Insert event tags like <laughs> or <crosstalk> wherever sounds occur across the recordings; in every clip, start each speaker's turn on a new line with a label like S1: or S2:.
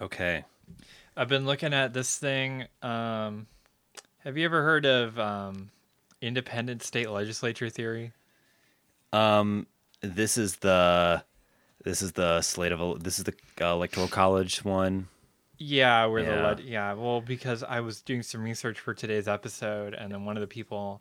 S1: Okay.
S2: I've been looking at this thing. Um, have you ever heard of um, independent state legislature theory?
S1: Um, this is the this is the slate of this is the uh, electoral college one.
S2: Yeah, where the
S1: Yeah.
S2: lead. Yeah, well, because I was doing some research for today's episode, and then one of the people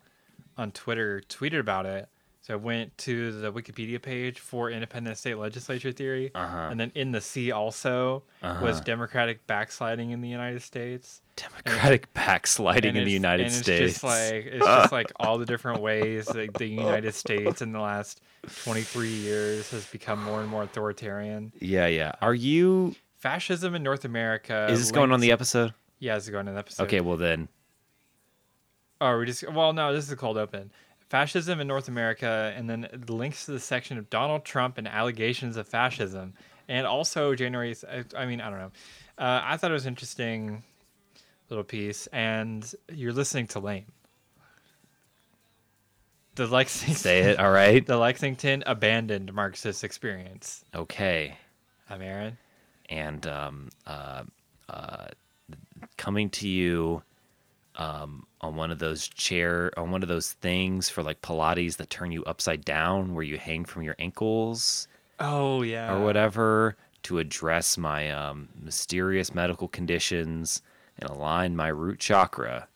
S2: on Twitter tweeted about it. So I went to the Wikipedia page for independent state legislature theory,
S1: Uh-huh.
S2: and then in the C also was
S1: Uh-huh.
S2: democratic backsliding in the United States.
S1: Democratic backsliding
S2: And
S1: in the
S2: it's-
S1: United
S2: and
S1: States.
S2: It's just like it's just like all the different ways that the United States in the last 23 years has become more and more authoritarian.
S1: yeah, yeah. Are you?
S2: Fascism in North America.
S1: Is this going on
S2: linked-
S1: the episode?
S2: Yeah, this is going on the episode.
S1: Okay, well then.
S2: Oh, we just well, no, this is a cold open. Fascism in North America, and then it links to the section of Donald Trump and allegations of fascism, and also January. I, I mean, I don't know. Uh, I thought it was an interesting little piece, and you're listening to Lame. The Lexington,
S1: Say it. All right.
S2: <laughs> The Lexington abandoned Marxist experience.
S1: Okay.
S2: I'm Aaron.
S1: and um, uh, uh, coming to you um, on one of those chair on one of those things for like Pilates that turn you upside down where you hang from your ankles
S2: Oh yeah.
S1: or whatever to address my um, mysterious medical conditions and align my root chakra.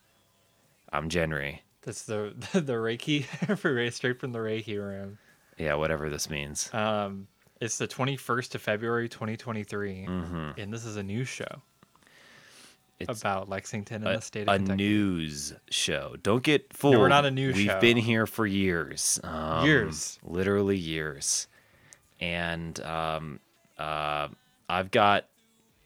S1: I'm Jenry.
S2: That's the <laughs> the, Reiki for straight from the Reiki room.
S1: Yeah, whatever this means.
S2: Um, it's the 21st of February, 2023, and this is a news show
S1: Mm-hmm. It's
S2: about Lexington and
S1: a,
S2: the state
S1: a
S2: of Kentucky.
S1: news show. Don't get fooled.
S2: we're not a news
S1: We've
S2: show.
S1: been here for years. Um,
S2: Years.
S1: Literally years. And um, uh, I've got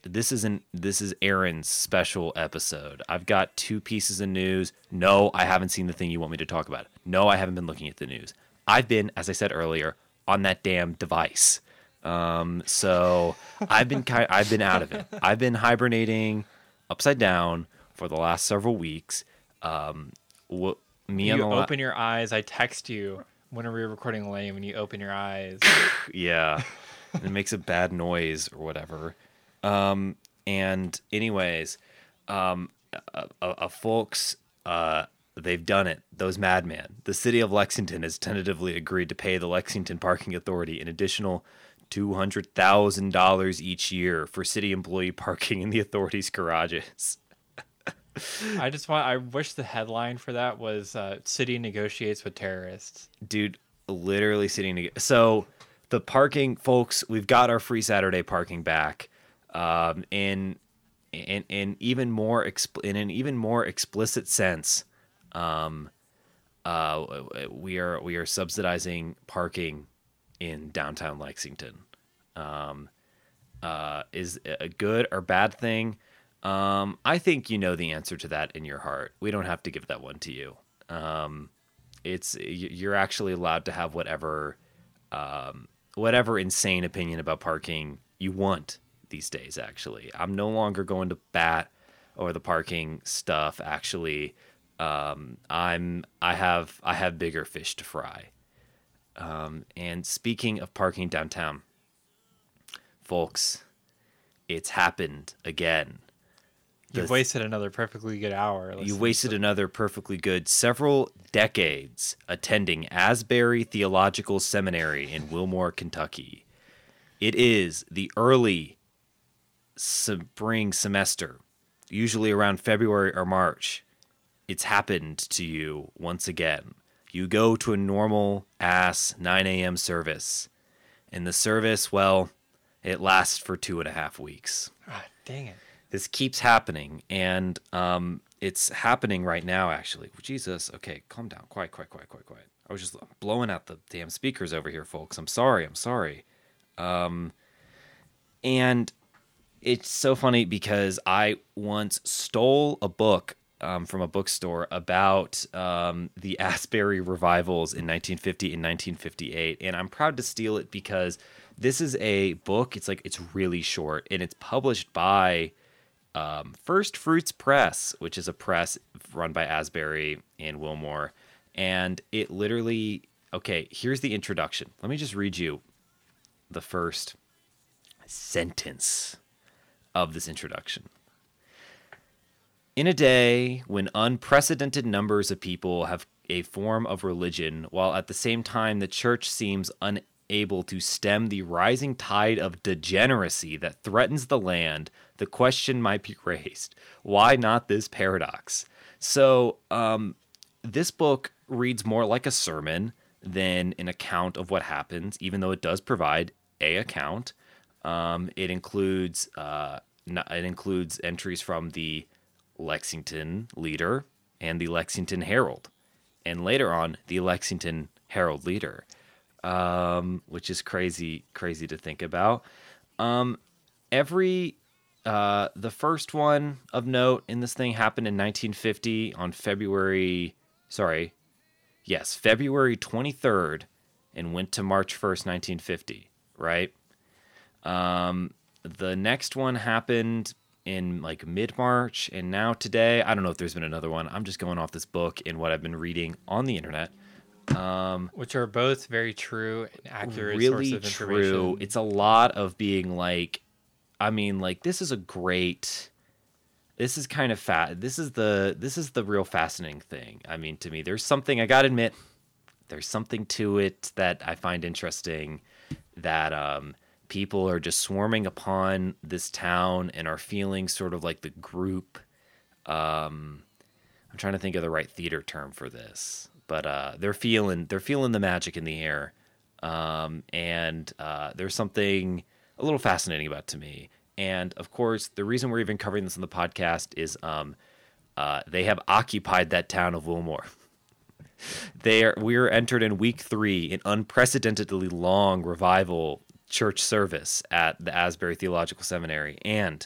S1: this isn't this is Aaron's special episode. I've got two pieces of news. No, I haven't seen the thing you want me to talk about. No, I haven't been looking at the news. I've been, as I said earlier, on that damn device. Um, so I've been kind I've been out of it. I've been hibernating upside down for the last several weeks. Um, wh- me and
S2: you
S1: the la-
S2: open your eyes. I text you whenever you're recording lame, and you open
S1: <laughs>
S2: your eyes.
S1: yeah and it makes a bad noise or whatever um and anyways um uh, uh, uh, folks uh they've done it those madmen the city of lexington has tentatively agreed to pay the lexington parking authority an additional $200000 each year for city employee parking in the authority's garages
S2: I just want. I wish the headline for that was uh, "City negotiates with terrorists."
S1: dude literally sitting together so the parking folks we've got our free saturday parking back um in in in even more expl- in an even more explicit sense um uh w- w- we are we are subsidizing parking in downtown lexington um uh is it a good or bad thing um i think you know the answer to that in your heart we don't have to give that one to you um it's y- you're actually allowed to have whatever um, whatever insane opinion about parking you want these days actually i'm no longer going to bat over the parking stuff actually um, i'm i have i have bigger fish to fry um, and speaking of parking downtown folks it's happened again
S2: You've
S1: The-
S2: wasted another perfectly good hour.
S1: you
S2: listening
S1: wasted another perfectly good several decades attending Asbury Theological Seminary in Wilmore, Kentucky. It is the early spring semester, usually around February or March. It's happened to you once again. You go to a normal ass 9 a.m. service, and the service, well, it lasts for two and a half weeks
S2: to- Ah, dang it!
S1: this keeps happening and um it's happening right now actually Oh, jesus okay calm down quiet quiet quiet quiet quiet i was just blowing out the damn speakers over here folks i'm sorry i'm sorry um and it's so funny because i once stole a book um, from a bookstore about um, the Asbury revivals in 1950 and 1958, and I'm proud to steal it because this is a book. It's like it's really short, and it's published by um, First Fruits Press, which is a press run by Asbury and Wilmore. And it literally, okay, here's the introduction. Let me just read you the first sentence of this introduction. In a day when unprecedented numbers of people have a form of religion, while at the same time the church seems unable to stem the rising tide of degeneracy that threatens the land, the question might be <laughs> raised why not this paradox? So, um, this book reads more like a sermon than an account of what happens, even though it does provide a account. Um, it includes uh, n- it includes entries from the Lexington Leader and the Lexington Herald, and later on the Lexington Herald Leader, um, which is crazy crazy to think about. Um, every uh, the first one of note in this thing happened in 1950 on February sorry yes, February 23rd and went to March 1st, 1950, right? Um, the next one happened in like mid March, and now today, I don't know if there's been another one. I'm just going off this book and what I've been reading on the internet. Um,
S2: which are both very true and accurate. source
S1: really
S2: of information.
S1: true. It's a lot of being like, I mean, like this is a great. This is kind of fat. This is the this is the real fascinating thing. I mean, to me, there's something I gotta admit. There's something to it that I find interesting. That um, people are just swarming upon this town and are feeling sort of like the group. Um, I'm trying to think of the right theater term for this, but uh, they're feeling they're feeling the magic in the air, um, and uh, there's something a little fascinating about it to me. And of course, the reason we're even covering this on the podcast is um, uh, they have occupied that town of Wilmore. they are we are entered in week three in unprecedentedly long revival church service at the Asbury Theological Seminary, and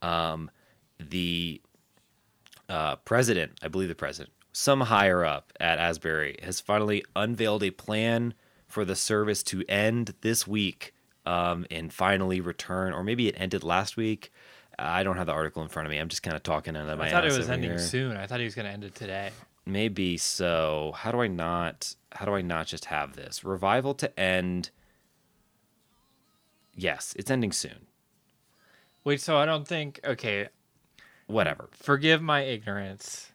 S1: um, the uh, president, I believe the president, some higher up at Asbury, has finally unveiled a plan for the service to end this week um, and finally return, or maybe it ended last week. I don't have the article in front of me. I'm just kind of talking out of my
S2: I thought it
S1: ass
S2: was
S1: over
S2: ending
S1: here.
S2: soon. I thought he was going to end it today.
S1: Maybe so. How do I not? How do I not just have this revival to end? Yes, it's ending soon.
S2: Wait, so I don't think. Okay,
S1: Whatever.
S2: forgive my ignorance.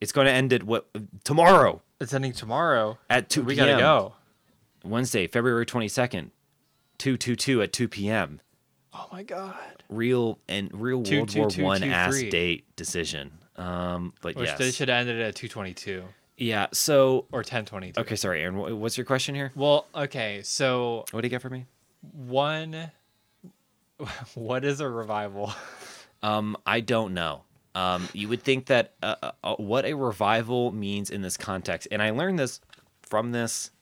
S1: It's going to end at what tomorrow
S2: It's ending tomorrow.
S1: at two
S2: we
S1: p.m.
S2: gotta go.
S1: Wednesday, February 22nd, 222 at 2 p.m.
S2: Oh my god.
S1: Real and real
S2: Two,
S1: World
S2: two,
S1: War
S2: two,
S1: One
S2: two,
S1: ass
S2: three.
S1: date decision. Um, but
S2: Which
S1: yes,
S2: they should have ended at two twenty two
S1: yeah. So
S2: or ten twenty two.
S1: okay, sorry, Aaron. wh- What's your question here?
S2: Well, okay. So
S1: What do you get for me?
S2: one, <laughs> what is a revival?
S1: Um, I don't know. Um, you would think that uh, uh, uh, what a revival means in this context, and I learned this from this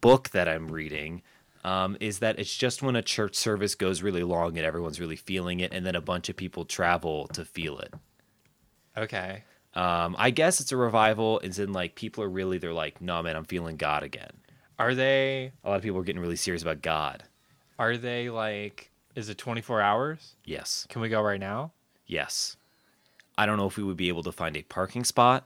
S1: book that I'm reading, um, is that it's just when a church service goes really long and everyone's really feeling it, and then a bunch of people travel to feel it.
S2: Okay.
S1: Um, I guess it's a revival. It's in like people are really they're like, no man, I'm feeling God again.
S2: Are they?
S1: A lot of people are getting really serious about God.
S2: Are they like? Is it twenty four hours?
S1: Yes.
S2: Can we go right now?
S1: Yes. I don't know if we would be able to find a parking spot.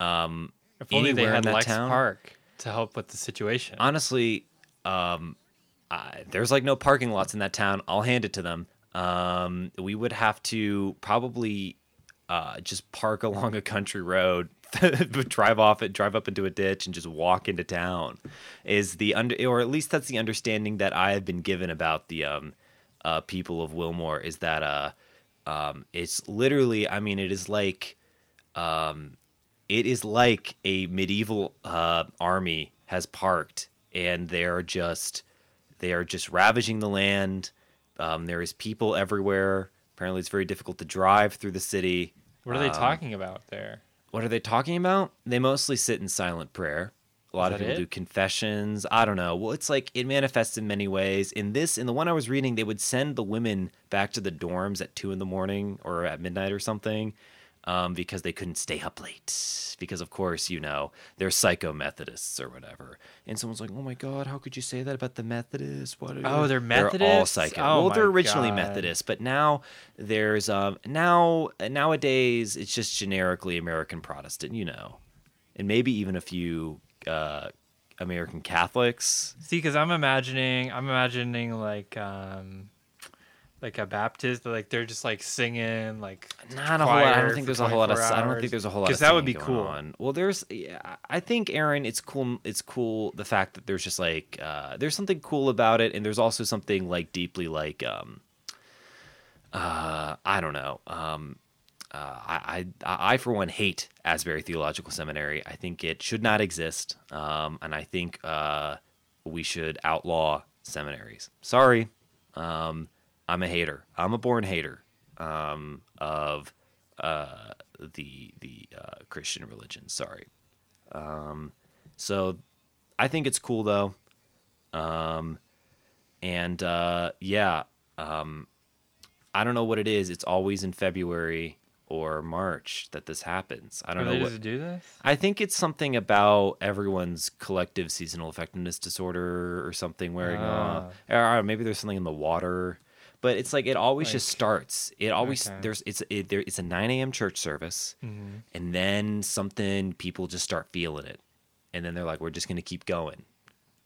S1: Um,
S2: If only they
S1: Anywhere in
S2: had
S1: that
S2: Lex
S1: town?
S2: Park to help with the situation.
S1: honestly, um, I, there's like no parking lots in that town. I'll hand it to them. Um, we would have to probably uh, just park along a country road, <laughs> drive off it, drive up into a ditch, and just walk into town. Is the under, or at least that's the understanding that I have been given about the um, uh, people of Wilmore is that uh, um, it's literally, I mean, it is like it is like a medieval uh, army has parked and they're just they are just ravaging the land um, there is people everywhere apparently it's very difficult to drive through the city
S2: What are they talking about there?
S1: what are they talking about they mostly sit in silent prayer a lot
S2: Is
S1: of
S2: that
S1: people
S2: it?
S1: do confessions i don't know well it's like it manifests in many ways in this in the one i was reading they would send the women back to the dorms at two in the morning or at midnight or something um, because they couldn't stay up late because of course you know they're psycho methodists or whatever and someone's like oh my god how could you say that about the methodists what are
S2: Oh, they're
S1: they're all
S2: Methodists?
S1: psycho
S2: Oh
S1: well they're
S2: my
S1: originally
S2: God.
S1: methodist this, but now there's um now nowadays it's just generically American Protestant, you know, and maybe even a few uh, American Catholics.
S2: See, because I'm imagining, I'm imagining like um, like a Baptist, like they're just like singing, like
S1: Not a whole lot. I
S2: choir
S1: don't think
S2: for
S1: there's a whole lot of.
S2: 24
S1: I don't
S2: hours.
S1: think there's a whole lot.
S2: 'Cause
S1: of
S2: that would be
S1: singing going
S2: cool.
S1: on. Well, there's. Yeah, I think Aaron, it's cool. It's cool the fact that there's just like uh, there's something cool about it, and there's also something like deeply like um, uh, I don't know. Um, uh, I, I I for one hate Asbury Theological Seminary. I think it should not exist, um, and I think uh, we should outlaw seminaries. Sorry, um, I'm a hater. I'm a born hater um, of uh, the the uh, Christian religion. Sorry. Um, so I think it's cool though, um, and uh, yeah, um, I don't know what it is. It's always in February or March that this happens. I
S2: Are
S1: don't
S2: they
S1: know.
S2: just
S1: What,
S2: do this?
S1: I think it's something about everyone's collective seasonal effectiveness disorder or something wearing off. Or I don't know, maybe there's something in the water. But it's like it always just starts. It always
S2: okay.
S1: there's it's it, there it's a 9 a.m. church service, and then something people just start feeling it, and then they're like, we're just gonna keep going,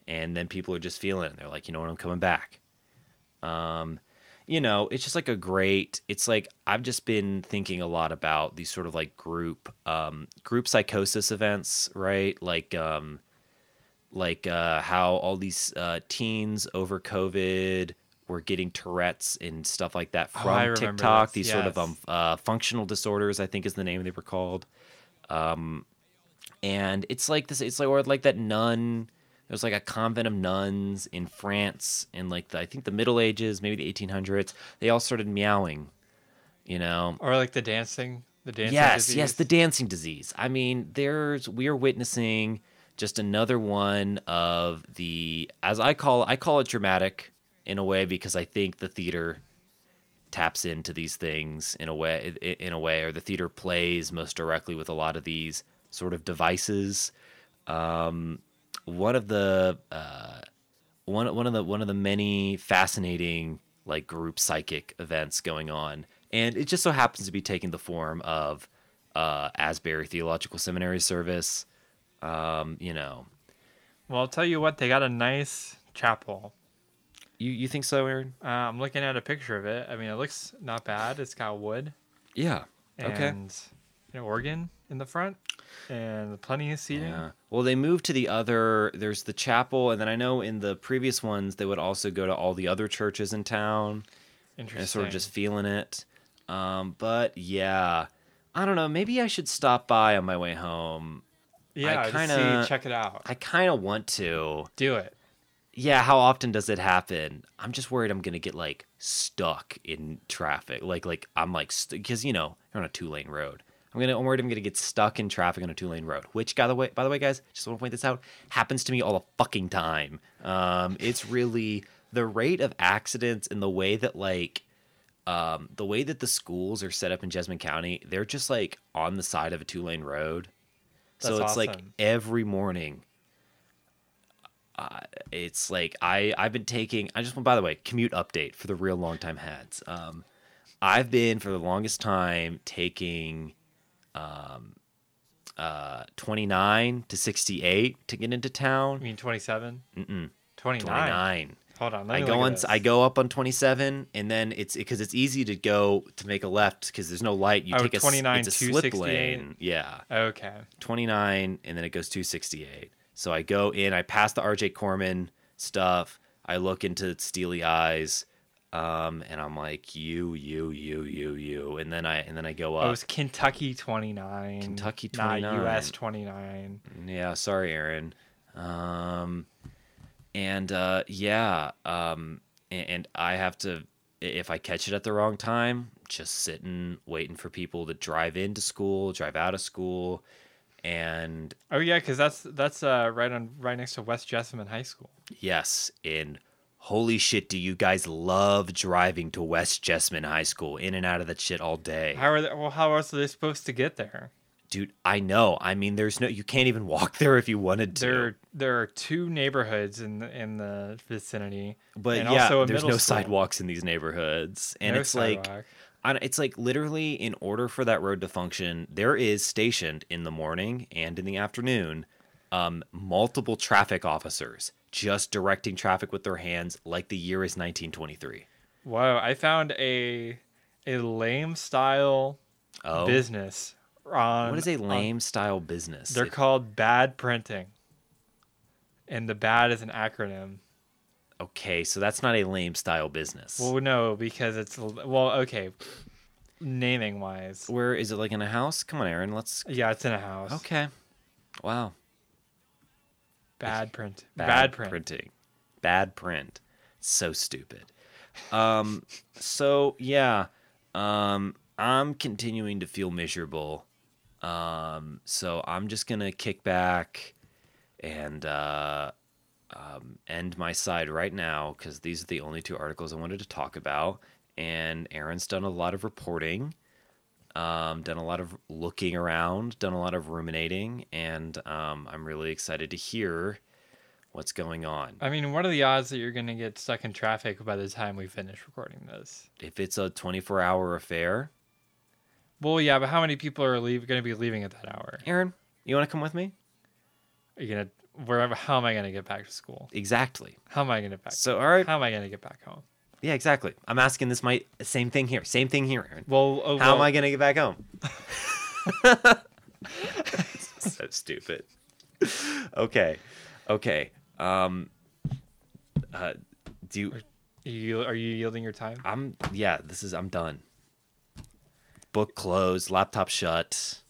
S1: and then people are just feeling it. And they're like, you know what, I'm coming back Um, you know, it's just like a great. It's like I've just been thinking a lot about these sort of like group, um, group psychosis events, right? Like, um, like uh, how all these uh, teens over COVID were getting Tourette's and stuff like that
S2: Oh, I
S1: from
S2: remember
S1: TikTok.
S2: this,
S1: These sort of
S2: yes.
S1: um, uh, functional disorders, I think, is the name they were called. Um, and it's like this. It's like or like that nun. There was like a convent of nuns in France in like the, I think the Middle Ages, maybe the 1800s. They all started meowing, you know
S2: Or like the dancing, the dancing.
S1: yes
S2: disease?
S1: yes the dancing disease i mean there's we're witnessing just another one of the as i call i call it dramatic in a way because i think the theater taps into these things in a way i- in a way or the theater plays most directly with a lot of these sort of devices um one of the uh one one of the one of the many fascinating like group psychic events going on, and it just so happens to be taking the form of uh, Asbury Theological Seminary service. Um, you know,
S2: Well, I'll tell you what, they got a nice chapel.
S1: you you think so, Aaron?
S2: Uh, I'm looking at a picture of it. I mean, it looks not bad. It's got wood
S1: Yeah.
S2: and an organ in the front and plenty of seating.
S1: Yeah. Well, they moved to the other. There's the chapel, and then I know in the previous ones they would also go to all the other churches in town.
S2: Interesting.
S1: and sort of just feeling it. Um, but yeah, I don't know. Maybe I should stop by on my way home.
S2: yeah,
S1: I
S2: just see-
S1: kinda-
S2: check it out.
S1: I kind of want to.
S2: Do it.
S1: Yeah, how often does it happen? I'm just worried I'm gonna get like stuck in traffic. Like, like I'm like because you know you're on a two lane road. I'm gonna. I'm worried I'm gonna get stuck in traffic on a two lane road. Which, by the way, by the way, guys, just want to point this out. Happens to me all the fucking time. Um, it's really the rate of accidents and the way that like um, the way that the schools are set up in Jesmond County, they're just like on the side of a two lane road. so
S2: That's
S1: it's like
S2: awesome.
S1: every morning. Uh, it's like I I've been taking. I just want by the way commute update for the real long time heads. Um, I've been for the longest time taking um, uh, 29 to 68 to get into
S2: I
S1: town.
S2: mean, 27? Mm-mm. 29.
S1: 29.
S2: Hold on. Let
S1: I
S2: me
S1: go
S2: look
S1: on.
S2: at
S1: I
S2: this.
S1: go up on 27, and then it's because it's easy to go to make a left because there's no light. You
S2: Oh,
S1: take a s-
S2: 29,
S1: it's a slip
S2: 268.
S1: lane. Yeah,
S2: Okay.
S1: 29, and then it goes 268. So I go in. I pass the R.J. Corman stuff. I look into Steely Eyes, um, and I'm like, you, you, you, you, you, and then I and then I go
S2: Oh, it
S1: up.
S2: was Kentucky 29.
S1: Kentucky
S2: Not
S1: 29.
S2: US 29.
S1: Yeah, sorry, Aaron. Um, and uh, yeah, um, a- and, I have to i- if I catch it at the wrong time, just sitting waiting for people to drive into school, drive out of school, and
S2: Oh, yeah, because that's that's uh, right on right next to West Jessamine High School.
S1: yes, in holy shit, do you guys love driving to West Jessamine High School? In and out of that shit all day,
S2: How are they, well? How else are they supposed to get there?
S1: dude. I know. I mean, there's no you can't even walk <laughs> there if you wanted to.
S2: There, there are two neighborhoods in the, in the vicinity,
S1: but
S2: and
S1: yeah,
S2: also a
S1: there's
S2: middle
S1: no
S2: school.
S1: sidewalks in these neighborhoods, and
S2: No
S1: it's like.
S2: sidewalk.
S1: I don't- it's like literally in order for that road to function, there is stationed in the morning and in the afternoon um, multiple traffic officers just directing traffic with their hands like the year is 1923.
S2: Wow, I found a a lame style
S1: Oh,
S2: business on
S1: what is a
S2: on-
S1: lame style business?
S2: they're
S1: If-
S2: called bad printing. And the bad is an acronym.
S1: okay, so that's not a lame style business.
S2: Well, no, because it's well, okay. Naming wise.
S1: Where is it? Like in a house? Come on, Aaron. Let's.
S2: Yeah, it's in a house.
S1: Okay. Wow.
S2: Bad print. Bad, print.
S1: printing. Bad print. So stupid. Um. so yeah. Um. I'm continuing to feel miserable. Um. So I'm just gonna kick back, and uh, um, end my side right now because these are the only two articles I wanted to talk about. And Aaron's done a lot of reporting, um, done a lot of looking around, done a lot of ruminating, and um, I'm really excited to hear what's going on.
S2: I mean, what are the odds that you're going to get stuck in traffic by the time we finish recording this?
S1: If it's a 24 hour affair,
S2: Well, yeah, but how many people are leave, going to be leaving at that hour?
S1: Aaron, you want to come with me?
S2: Are you going to wherever? How am I going to get back to school?
S1: Exactly.
S2: How am I going to back?
S1: So, all right.
S2: How am I going to get back home?
S1: Yeah, exactly. I'm asking this my same thing here. Same thing here, Aaron.
S2: Well, oh,
S1: How am
S2: well,
S1: I going to get back
S2: <laughs>
S1: home? so stupid. Okay. Okay. Um uh do you,
S2: Are you, are you yielding your time?
S1: I'm yeah, this is I'm done. Book closed, laptop shut.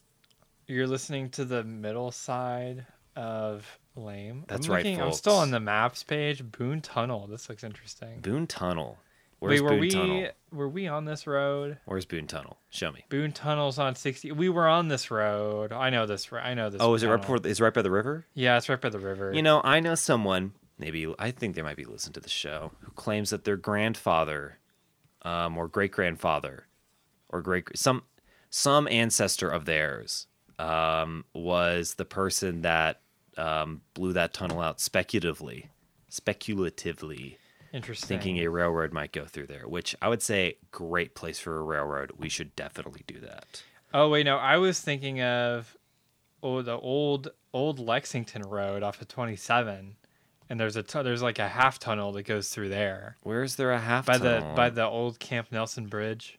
S2: You're listening to the middle side of lame. I'm
S1: That's right,
S2: looking- I'm
S1: folks.
S2: still on the maps page. Boone Tunnel. This looks interesting.
S1: Boone Tunnel. Where's
S2: Wait, were
S1: Boone
S2: we
S1: Tunnel?
S2: were we on this road?
S1: Where's Boone Tunnel? Show me.
S2: Boone Tunnel's on 60. We were on this road. I know this. ro- I know this.
S1: Oh, is it right
S2: tunnel.
S1: before, is it right by the river?
S2: Yeah, it's right by the river.
S1: You know, I know someone, maybe I think they might be listening to the show, who claims that their grandfather, um, or great grandfather, or great some some ancestor of theirs, um, was the person that um, blew that tunnel out speculatively, speculatively
S2: interesting.
S1: thinking a railroad might go through there. Which I would say, great place for a railroad. We should definitely do that.
S2: Oh wait, no, I was thinking of oh the old old Lexington Road off of 27, and there's a tu- there's like a half tunnel that goes through there
S1: Where is there a half
S2: by the
S1: tunnel?
S2: by the old Camp Nelson Bridge.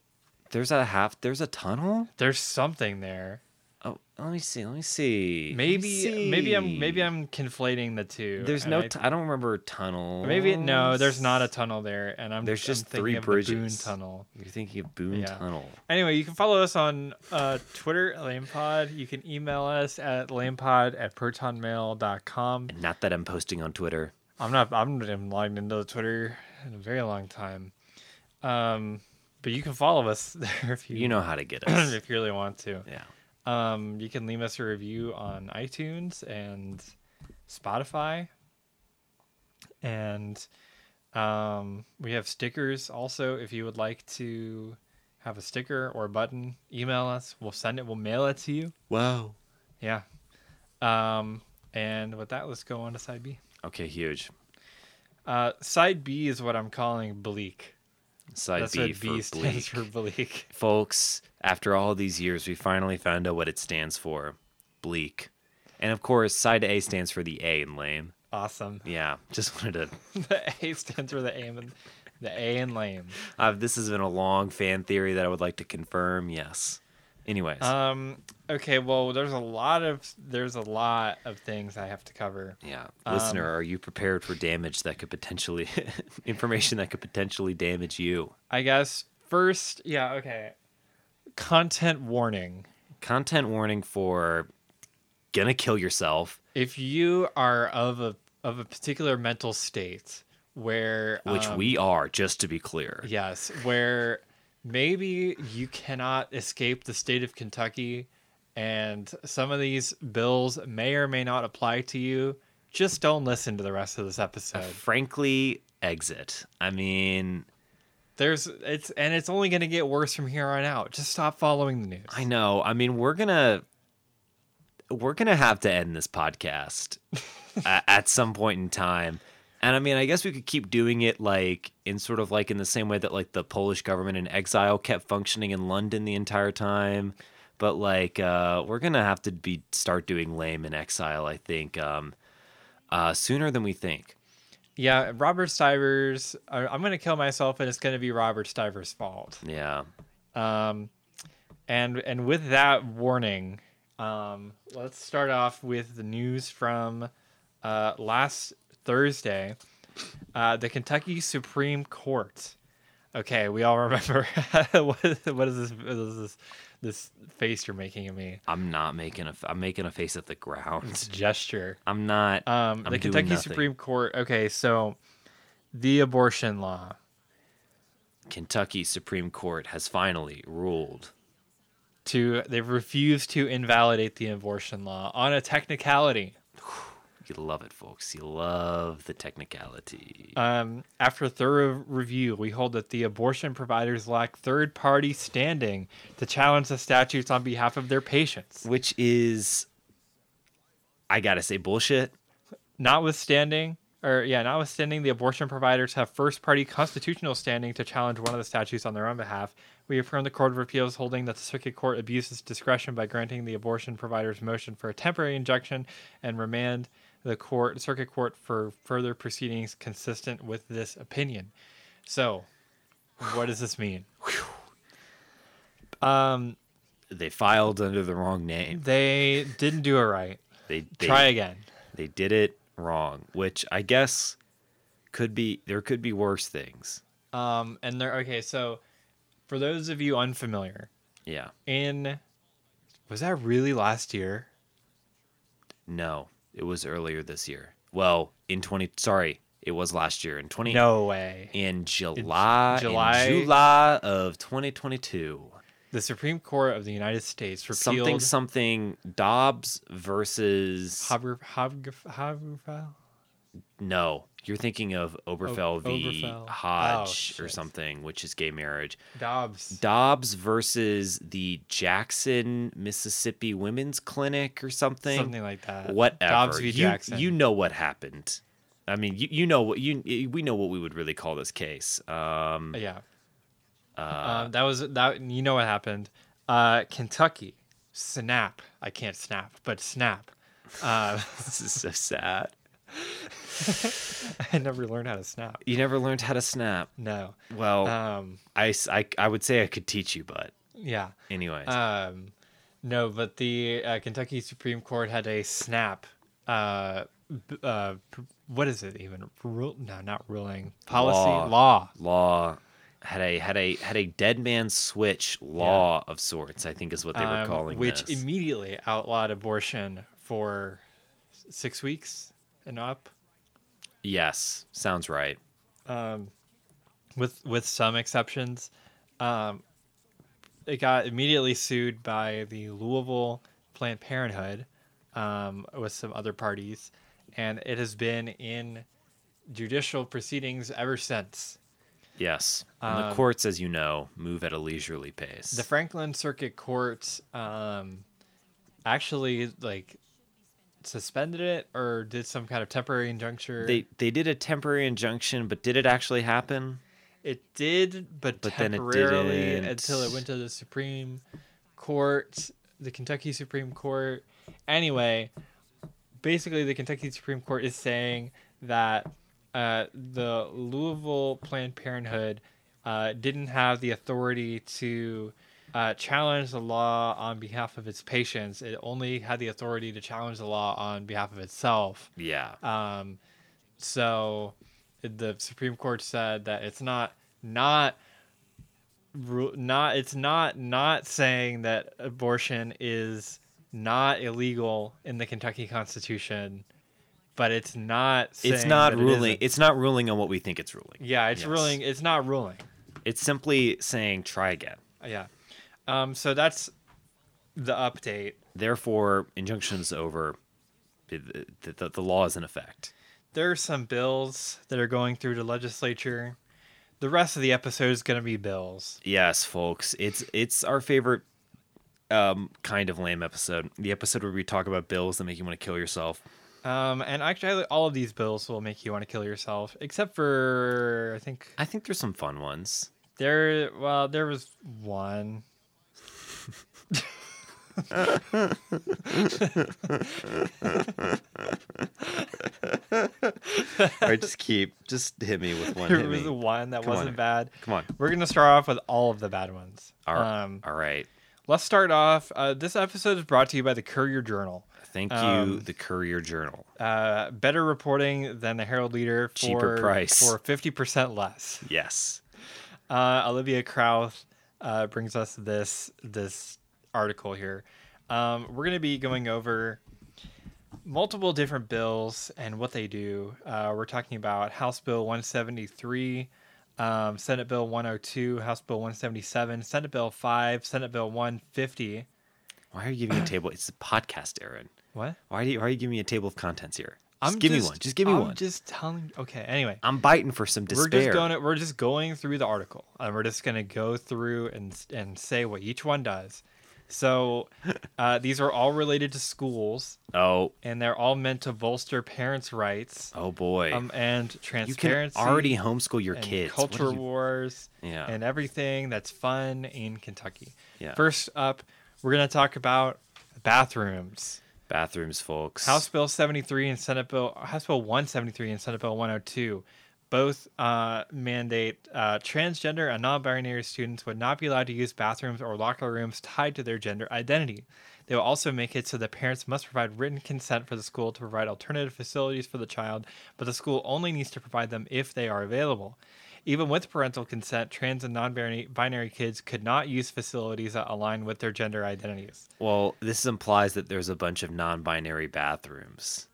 S1: there's a half. There's a tunnel.
S2: There's something there.
S1: Oh, let me see. Let me see. let me
S2: Maybe maybe I'm maybe
S1: see.
S2: I'm conflating the two.
S1: There's
S2: and
S1: no.
S2: I-
S1: t I don't remember tunnel.
S2: maybe no. There's not a tunnel there, and I'm
S1: There's
S2: I'm
S1: just
S2: thinking
S1: three
S2: of the Boone
S1: bridges.
S2: tunnel.
S1: You're thinking of Boone
S2: Yeah.
S1: Tunnel.
S2: Anyway, you can follow us on uh, Twitter, LamePod. You can email us at lamepod at protonmail.com.
S1: And not that I'm posting on Twitter.
S2: I'm not. I'm not even logged into Twitter in a very long time. Um, but you can follow us <laughs> there if you,
S1: You know how to get
S2: <coughs>
S1: us.
S2: <clears throat> if you really want to.
S1: yeah.
S2: Um, you can leave us a review on iTunes and Spotify, and um, we have stickers also. If you would like to have a sticker or a button, email us. We'll send it. We'll mail it to you.
S1: Wow.
S2: Yeah. Um, and with that, let's go on to side B.
S1: Okay. Huge.
S2: Uh, side B is what I'm calling bleak.
S1: Side
S2: That's
S1: B
S2: what
S1: for
S2: B <laughs> stands
S1: bleak.
S2: for bleak. <laughs>
S1: Folks, after all these years, we finally found out what it stands for. Bleak. And of course, side A stands for the A in lame.
S2: Awesome. <laughs>
S1: Yeah. Just <laughs> wanted to.
S2: the A stands for the aim and the A and lame.
S1: Uh, this has been a long fan theory that I would like to confirm. Yes. Anyways.
S2: Um. Okay. Well, there's a lot of there's a lot of things I have to cover.
S1: Yeah,
S2: Um,
S1: listener, are you prepared for damage that could potentially <laughs> information that could potentially damage you?
S2: I guess first, yeah. Okay. Content warning.
S1: Content warning for gonna kill yourself,
S2: If you are of a of a particular mental state where
S1: which
S2: um,
S1: we are, just to be clear.
S2: Yes, where maybe you cannot escape the state of Kentucky and some of these bills may or may not apply to you. Just don't listen to the rest of this episode.
S1: Frankly, exit. I mean,
S2: There's it's and it's only going to get worse from here on out. Just stop following the news.
S1: I know. I mean, we're gonna we're gonna have to end this podcast a- at some point in time. And I mean, I guess we could keep doing it like in sort of like in the same way that like the Polish government in exile kept functioning in London the entire time. But like, uh, we're gonna have to be start doing lame in exile. I think um, uh, sooner than we think.
S2: Yeah, Robert Stivers. I- I'm gonna kill myself, and it's gonna be Robert Stivers' fault.
S1: Yeah.
S2: Um, and and with that warning, um, let's start off with the news from uh, last Thursday. Uh, the Kentucky Supreme Court. Okay, we all <laughs> remember what, is- what is this what is this this face you're making at me?
S1: I'm not making a. f- I'm making a face at the ground. <laughs>
S2: Gesture.
S1: I'm not.
S2: Um,
S1: I'm
S2: the
S1: doing
S2: Kentucky
S1: nothing.
S2: Supreme Court. Okay, so the abortion law.
S1: Kentucky Supreme Court has finally ruled.
S2: to they've refused to invalidate the abortion law on a technicality.
S1: You love it, folks. You love the technicality.
S2: Um, after thorough review, we hold that the abortion providers lack third party standing to challenge the statutes on behalf of their patients.
S1: which is I gotta say bullshit.
S2: Notwithstanding, or yeah, notwithstanding, the abortion providers have first party constitutional standing to challenge one of the statutes on their own behalf. We affirm the Court of Appeals holding that the Circuit Court abused its discretion by granting the abortion provider's motion for a temporary injunction and remand the court circuit court for further proceedings consistent with this opinion. So, what does this mean? Um,
S1: They filed under the wrong name.
S2: they didn't do it right.
S1: They, they
S2: Try again.
S1: they did it wrong, which I guess could be there could be worse things.
S2: Um, and they're okay. So, for those of you unfamiliar,
S1: Yeah.
S2: in was that really last year?
S1: No, it was earlier this year. Well, in 20 sorry, it was last year in 20
S2: No way.
S1: in July in
S2: July-
S1: July of 2022.
S2: The Supreme Court of the United States
S1: Something
S2: repealed
S1: something Dobbs versus
S2: Haber, Hab, Haberfell?
S1: No, you're thinking of Oberfell v.
S2: Oberfell.
S1: Hodge
S2: Oh,
S1: or
S2: shit.
S1: something, which is gay marriage.
S2: Dobbs.
S1: Dobbs versus the Jackson, Mississippi Women's Clinic or something.
S2: Something like that.
S1: Whatever.
S2: Dobbs v.
S1: You-
S2: Jackson.
S1: You, know what happened. I mean, you, you know what you we know what we would really call this case. Um, <laughs>
S2: Uh, yeah. um, that was that. You know what happened? Uh, Kentucky, snap. I can't snap, but snap. Uh, <laughs>
S1: this is so sad.
S2: I never learned how to snap.
S1: You never learned how to snap.
S2: No.
S1: Well,
S2: Um.
S1: I, s- I- I would say I could teach you, but
S2: Yeah.
S1: anyways,
S2: Um, no, but the uh, Kentucky Supreme Court had a snap. Uh, b- uh, pr- what is it even? Rule? No, not ruling. Policy
S1: Law.
S2: law.
S1: law had a had a had a dead man switch law of sorts. I think is what they were
S2: um,
S1: calling
S2: which
S1: this.
S2: immediately outlawed abortion for s- six weeks and up,
S1: yes, sounds right.
S2: with with some exceptions. Um, it got immediately sued by the Louisville Planned Parenthood um, with some other parties, and it has been in judicial proceedings ever since.
S1: Yes, and the courts, as you know, move at a leisurely pace.
S2: Um, The Franklin Circuit Court um, actually like suspended it or did some kind of temporary injunction.
S1: they they did a temporary injunction, but did it actually happen?
S2: it did, but,
S1: But then it
S2: temporarily
S1: didn't.
S2: until it went to the Supreme Court, the Kentucky Supreme Court. Anyway, basically, the Kentucky Supreme Court is saying that uh, the Louisville Planned Parenthood uh, didn't have the authority to uh, challenge the law on behalf of its patients. It only had the authority to challenge the law on behalf of itself.
S1: Yeah,
S2: Um, so the Supreme Court said that it's not not ru- not it's not not saying that abortion is not illegal in the Kentucky Constitution, but it's not saying
S1: it's not
S2: that it
S1: ruling.
S2: isn't.
S1: it's not ruling on what we think it's ruling.
S2: yeah, it's
S1: Yes.
S2: ruling. It's not ruling.
S1: It's simply saying try again.
S2: Yeah. Um. So that's the update.
S1: Therefore, injunction's over. The, the, the, the law is in effect.
S2: There are some bills that are going through the legislature. The rest of the episode is going to be bills.
S1: Yes, folks, it's it's our favorite um, kind of lame episode. The episode where we talk about bills that make you want to kill yourself.
S2: Um, and actually, all of these bills will make you want to kill yourself, except for I think
S1: I think there's some fun ones.
S2: there. Well, there was one.
S1: All right, just keep, just hit me with one.
S2: There
S1: Hit
S2: was
S1: me.
S2: one that
S1: Come on.
S2: wasn't bad.
S1: Come on.
S2: We're gonna start off with all of the bad ones.
S1: All right.
S2: Um,
S1: All right.
S2: let's start off. Uh, this episode is brought to you by the Courier Journal.
S1: Thank you,
S2: um,
S1: the Courier Journal.
S2: Uh, better reporting than the Herald Leader for
S1: Cheaper price.
S2: for fifty percent less.
S1: Yes.
S2: Uh, Olivia Krauth uh, brings us this this article here. Um, we're going to be going over multiple different bills and what they do. Uh, we're talking about House Bill 173, um, Senate Bill 102, House Bill 177, Senate Bill 5, Senate Bill 150.
S1: Why are you giving me a table? It's a podcast, Aaron.
S2: What?
S1: Why, do you, why are you giving me a table of contents here? Just give me one. Just give me
S2: I'm
S1: one.
S2: just telling. Okay. Anyway.
S1: I'm biting for some despair.
S2: We're just going. We're just going through the article, and we're just going to go through and and say what each one does.
S1: <laughs>
S2: So, uh, these are all related to schools,
S1: oh,
S2: and they're all meant to bolster parents' rights
S1: oh boy.
S2: um, and
S1: you can
S2: transparency.
S1: already homeschool your
S2: and
S1: kids. What
S2: culture
S1: are you-
S2: wars,
S1: Yeah.
S2: and everything that's fun in Kentucky.
S1: Yeah.
S2: First up, we're going to talk about bathrooms.
S1: bathrooms, folks.
S2: House Bill 73 and Senate Bill House Bill 173 and Senate Bill 102 both uh, mandate uh, transgender and non-binary students would not be allowed to use bathrooms or locker rooms tied to their gender identity. They will also make it so that parents must provide written consent for the school to provide alternative facilities for the child, but the school only needs to provide them if they are available. Even with parental consent, trans and non-binary binary kids could not use facilities that align with their gender identities.
S1: Well, this implies that there's a bunch of non-binary bathrooms.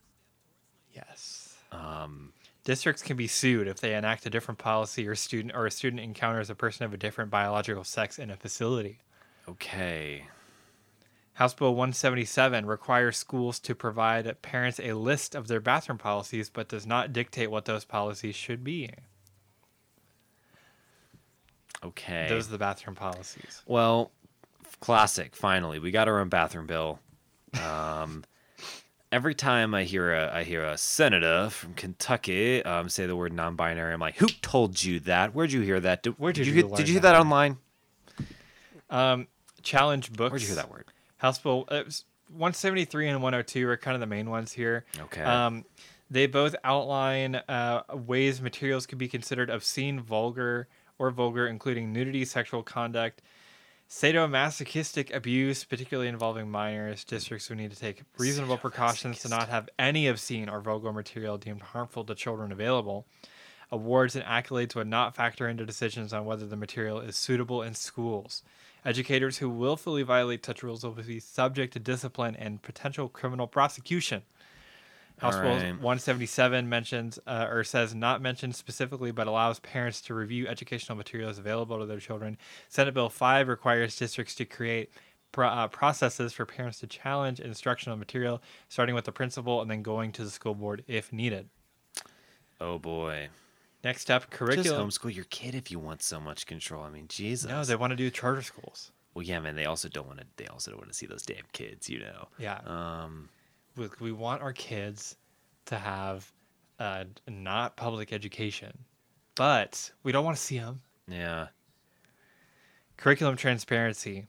S2: Yes. Um, Districts can be sued if they enact a different policy or student or a student encounters a person of a different biological sex in a facility.
S1: Okay.
S2: House Bill 177 requires schools to provide parents a list of their bathroom policies but does not dictate what those policies should be.
S1: Okay.
S2: Those are the bathroom policies.
S1: Well, f- classic. Finally, we got our own bathroom bill. Um, <laughs> every time I hear a I hear a senator from Kentucky um, say the word non-binary, I'm like, who told you that? Where'd you hear that? Did,
S2: Where did
S1: you
S2: you
S1: hear-
S2: learn
S1: did you hear
S2: that?
S1: that online?
S2: Um, challenge books.
S1: Where'd you hear that word?
S2: House Bill uh, s- 173 and 102 are kind of the main ones here.
S1: Okay.
S2: Um, they both outline uh, ways materials could be considered obscene, vulgar, or vulgar, including nudity, sexual conduct, sadomasochistic abuse, particularly involving minors. Districts would need to take reasonable precautions to not have any obscene or vulgar material deemed harmful to children available. Awards and accolades would not factor into decisions on whether the material is suitable in schools. Educators who willfully violate such rules will be subject to discipline and potential criminal prosecution. House Bill
S1: Alright.
S2: 177 mentions uh, or says not mentioned specifically, but allows parents to review educational materials available to their children. Senate Bill 5 requires districts to create pro- uh, processes for parents to challenge instructional material, starting with the principal and then going to the school board if needed.
S1: oh boy.
S2: Next up,
S1: Just
S2: curriculum.
S1: homeschool your kid if you want so much control. I mean, Jesus.
S2: No, they want to do charter schools.
S1: well, yeah, man. They also don't want to. They also don't want to see those damn kids. You know.
S2: Yeah.
S1: Um.
S2: we, we want our kids to have uh, not public education, but we don't want to see them.
S1: Yeah.
S2: Curriculum transparency.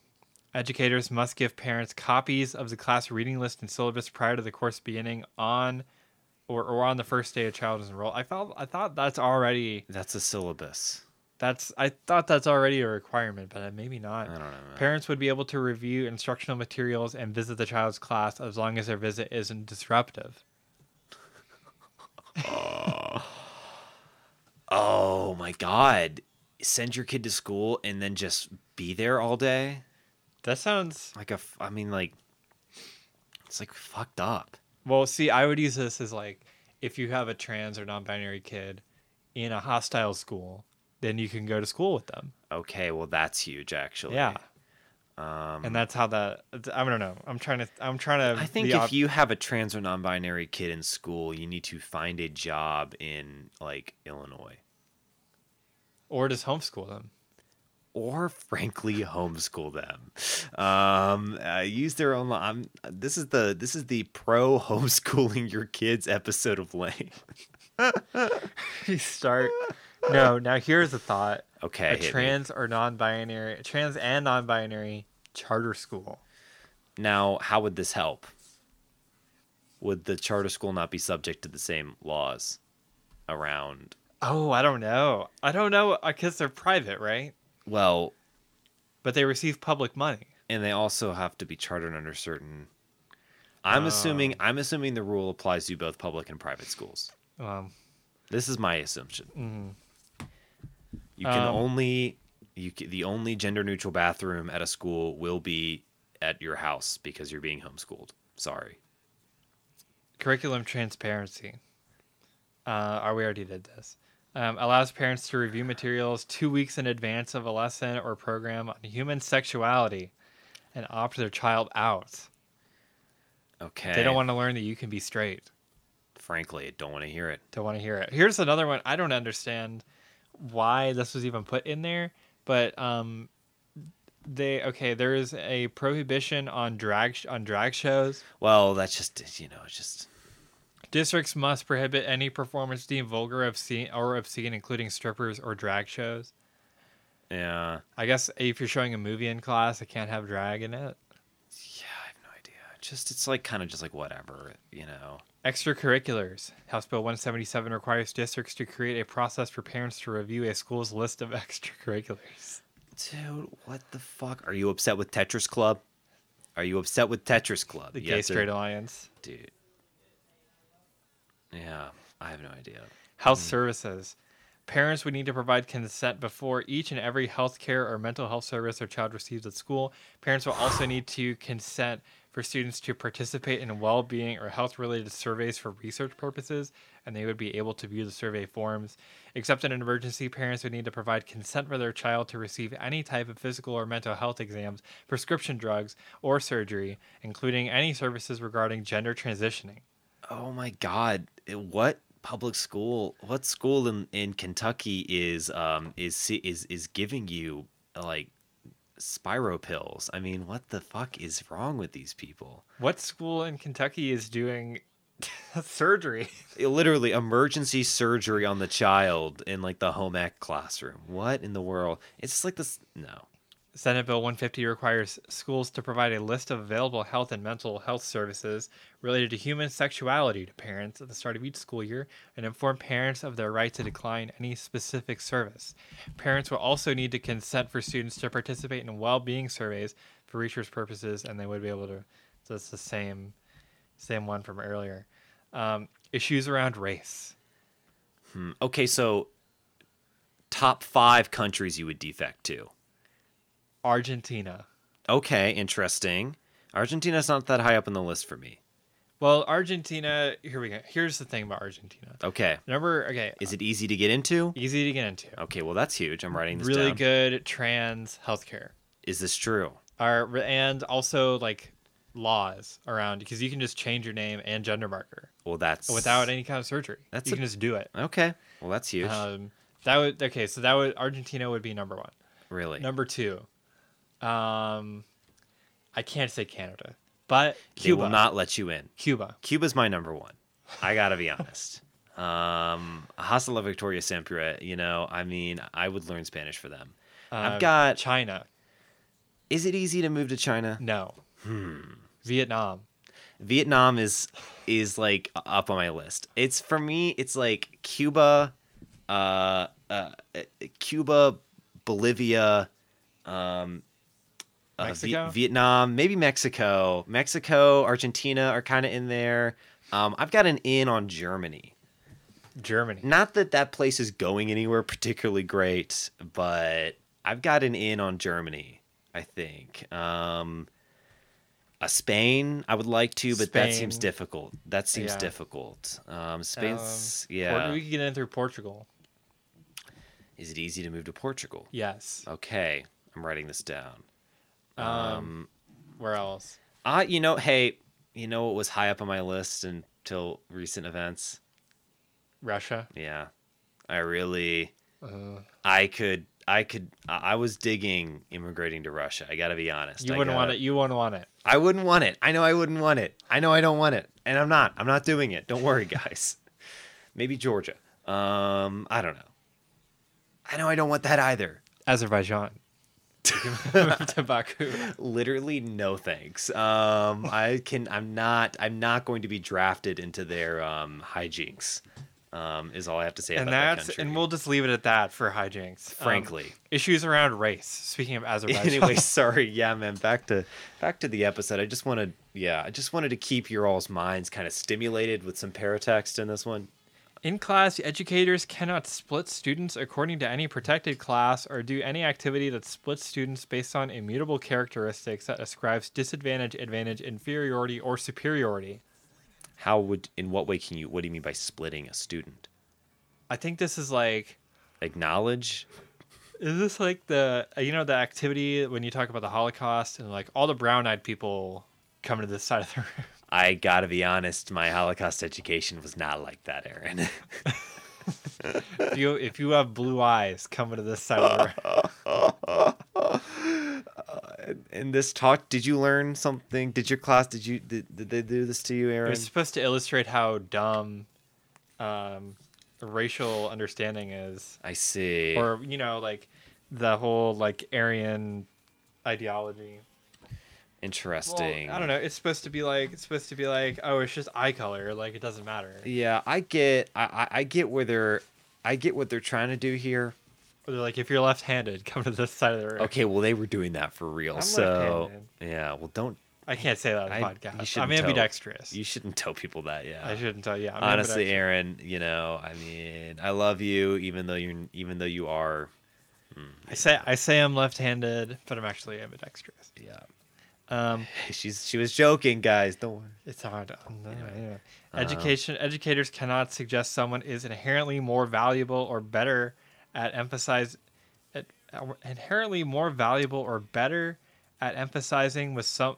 S2: Educators must give parents copies of the class reading list and syllabus prior to the course beginning on or, or on the first day a child is enrolled. I felt I thought that's already
S1: That's a syllabus.
S2: that's I thought that's already a requirement, but uh, maybe not.
S1: I don't know. man.
S2: Parents would be able to review instructional materials and visit the child's class as long as their visit isn't disruptive.
S1: Oh my god. Send your kid to school and then just be there all day?
S2: That sounds
S1: Like a f- I mean like it's like fucked up.
S2: well. See, I would use this as like if you have a trans or non-binary kid in a hostile school, then you can go to school with them.
S1: Okay, well that's huge actually.
S2: Yeah.
S1: Um
S2: and that's how that I don't know. I'm trying to I'm trying to
S1: I think
S2: the
S1: if
S2: op-
S1: you have a trans or non-binary kid in school, you need to find a job in like Illinois
S2: or just homeschool them.
S1: <laughs> or frankly homeschool them. Um uh, use their own li- I'm, this is the this is the pro <laughs> homeschooling your kids episode of Lane.
S2: you start No, now here's a thought.
S1: Okay.
S2: a
S1: hit me.
S2: trans or non-binary, trans and non-binary charter school.
S1: Now, how would this help? Would the charter school not be subject to the same laws around?
S2: Oh, I don't know. I don't know because they're private, right?
S1: Well,
S2: But they receive public money.
S1: and they also have to be chartered under certain. I'm assuming I'm assuming the rule applies to both public and private schools.
S2: Um,
S1: This is my assumption. You can
S2: Mm-hmm. Um,
S1: only you ca the only gender neutral bathroom at a school will be at your house because you're being homeschooled. Sorry.
S2: curriculum transparency. Uh, are we already did this? Um, allows parents to review materials two weeks in advance of a lesson or program on human sexuality, and opt their child out.
S1: Okay.
S2: They don't want to learn that you can be straight.
S1: Frankly, I don't want to hear it.
S2: Don't want to hear it. Here's another one. I don't understand why this was even put in there, but um, they okay. There is a prohibition on drag sh- on drag shows.
S1: Well, that's just you know, it's just
S2: Districts must prohibit any performance deemed vulgar, obscene, or obscene, including strippers or drag shows.
S1: yeah.
S2: I guess if you're showing a movie in class, it can't have drag in it.
S1: Yeah, I have no idea. Just it's like kind of just like whatever, you know.
S2: Extracurriculars. House Bill 177 requires districts to create a process for parents to review a school's list of <laughs> extracurriculars.
S1: Dude, what the fuck? Are you upset with Tetris Club? Are you upset with Tetris Club?
S2: The Gay
S1: Yes or-
S2: Straight Alliance.
S1: Dude. Yeah, I have no idea.
S2: Health services. Parents would need to provide consent before each and every health care or mental health service their child receives at school. Parents will also need to consent for students to participate in well being or health related surveys for research purposes, and they would be able to view the survey forms. Except in an emergency, parents would need to provide consent for their child to receive any type of physical or mental health exams, prescription drugs, or surgery, including any services regarding gender transitioning.
S1: Oh my god. It- What public school what school in, in Kentucky is um is si- is is giving you like spiro pills? I mean, what the fuck is wrong with these people?
S2: What school in Kentucky is doing <laughs> surgery?
S1: literally emergency surgery on the child in like the home ec classroom. What in the world? It's just like this. No,
S2: Senate Bill 150 requires schools to provide a list of available health and mental health services related to human sexuality to parents at the start of each school year and inform parents of their right to decline any specific service. Parents will also need to consent for students to participate in well being surveys for research purposes, and they would be able to. So it's the same, same one from earlier. Um, issues around race.
S1: okay, so top five countries you would defect to.
S2: Argentina.
S1: Okay, interesting. Argentina's not that high up on the list for me.
S2: Well, Argentina. Here we go. Here's the thing about Argentina.
S1: Okay,
S2: Number okay,
S1: is it easy to get into?
S2: easy to get into.
S1: Okay, well that's huge. I'm writing this
S2: Really
S1: down.
S2: good trans healthcare.
S1: Is this true?
S2: Are and also like laws around because you can just change your name and gender marker
S1: Well, that's
S2: without any kind of surgery.
S1: That's
S2: you
S1: a-
S2: can just do it.
S1: Okay, well that's huge.
S2: Um, that would okay. So that would Argentina would be number one.
S1: really?
S2: Number two, um, I can't say Canada, but
S1: they
S2: Cuba.
S1: will not let you in.
S2: Cuba.
S1: Cuba's my number one. I gotta be honest. Um, Hasta la Victoria Siempre. You know, I mean, I would learn Spanish for them. I've
S2: Um,
S1: got.
S2: China.
S1: Is it easy to move to China?
S2: No.
S1: Hmm.
S2: Vietnam.
S1: Vietnam is is like up on my list. It's for me. It's like Cuba, uh, uh Cuba, Bolivia, um, uh, Vi-
S2: Mexico?
S1: Vietnam, maybe Mexico, Mexico, Argentina are kind of in there. Um, I've got an in on Germany.
S2: Germany.
S1: not that that place is going anywhere particularly great, but I've got an in on Germany. I think um, a Spain I would like to, but that seems
S2: Spain.
S1: difficult. That seems
S2: Yeah.
S1: difficult. Um,
S2: Um,
S1: Spain's
S2: Port-
S1: yeah.
S2: we could get in through Portugal.
S1: Is it easy to move to Portugal?
S2: Yes.
S1: Okay, I'm writing this down.
S2: Um, where else?
S1: Ah, you know, hey, you know what was high up on my list until recent events?
S2: Russia.
S1: Yeah, I really.
S2: Uh,
S1: I could, I could, I I was digging immigrating to Russia. I gotta be honest.
S2: you
S1: I
S2: wouldn't want
S1: gotta-
S2: it. You wouldn't want it.
S1: I wouldn't want it. I know I wouldn't want it. I know I don't want it, and I'm not. I'm not doing it. Don't worry, <laughs> guys. Maybe Georgia. Um, I don't know. I know I don't want that either.
S2: Azerbaijan. <laughs> to <laughs> Baku.
S1: Literally, no thanks.
S2: <laughs>
S1: Um, I can. I'm not. I'm not going to be drafted into their um, hijinks. Um, is all I have to say
S2: And
S1: about that
S2: that's
S1: country.
S2: and we'll just leave it at that for hijinks. Um,
S1: Frankly.
S2: issues around race.
S1: <laughs>
S2: Speaking of Azerbaijan,
S1: anyway, sorry. Yeah, man. Back to back to the episode. I just wanted. Yeah, I just wanted to keep your all's minds kind of stimulated with some paratext in this one.
S2: <laughs> In class, educators cannot split students according to any protected class or do any activity that splits students based on immutable characteristics that ascribes disadvantage, advantage, inferiority, or superiority.
S1: How would? In what way can you? What do you mean by splitting a student?
S2: I think this is like
S1: Acknowledge.
S2: is this like the uh, you know the activity when you talk about the Holocaust and like all the brown-eyed people come to this side of the room. <laughs>
S1: I gotta be honest. My Holocaust education was not like that, Aaron. <laughs>
S2: If you if you have blue eyes, come to this side of the room. <laughs>
S1: Uh, in this talk did you learn something did your class did you did, did they do this to you
S2: It
S1: aaron
S2: was supposed to illustrate how dumb um, racial understanding is.
S1: i see
S2: or you know like the whole like aryan ideology
S1: interesting
S2: i don't know it's supposed to be like it's supposed to be like oh it's just eye color like it doesn't matter
S1: yeah i get I, I i get where they're i get what they're trying to do here
S2: or they're like if you're left-handed <laughs> come to this side of the room
S1: okay well they were doing that for real
S2: I'm
S1: so
S2: left-handed.
S1: yeah well don't
S2: i can't say that on the
S1: I- you
S2: podcast
S1: shouldn't
S2: i'm
S1: tell-
S2: ambidextrous
S1: you shouldn't tell people that yeah
S2: i shouldn't tell you I'm
S1: honestly
S2: ambidextrous.
S1: aaron you know i mean i love you even though you're even though you are <laughs>
S2: i say i say i'm left-handed but i'm actually ambidextrous
S1: yeah
S2: um
S1: she's she was joking guys don't worry
S2: It's hard. Um, anyway, anyway. Education
S1: Um,
S2: educators cannot suggest someone is inherently more valuable or better at emphasize at, inherently more valuable or better at emphasizing with some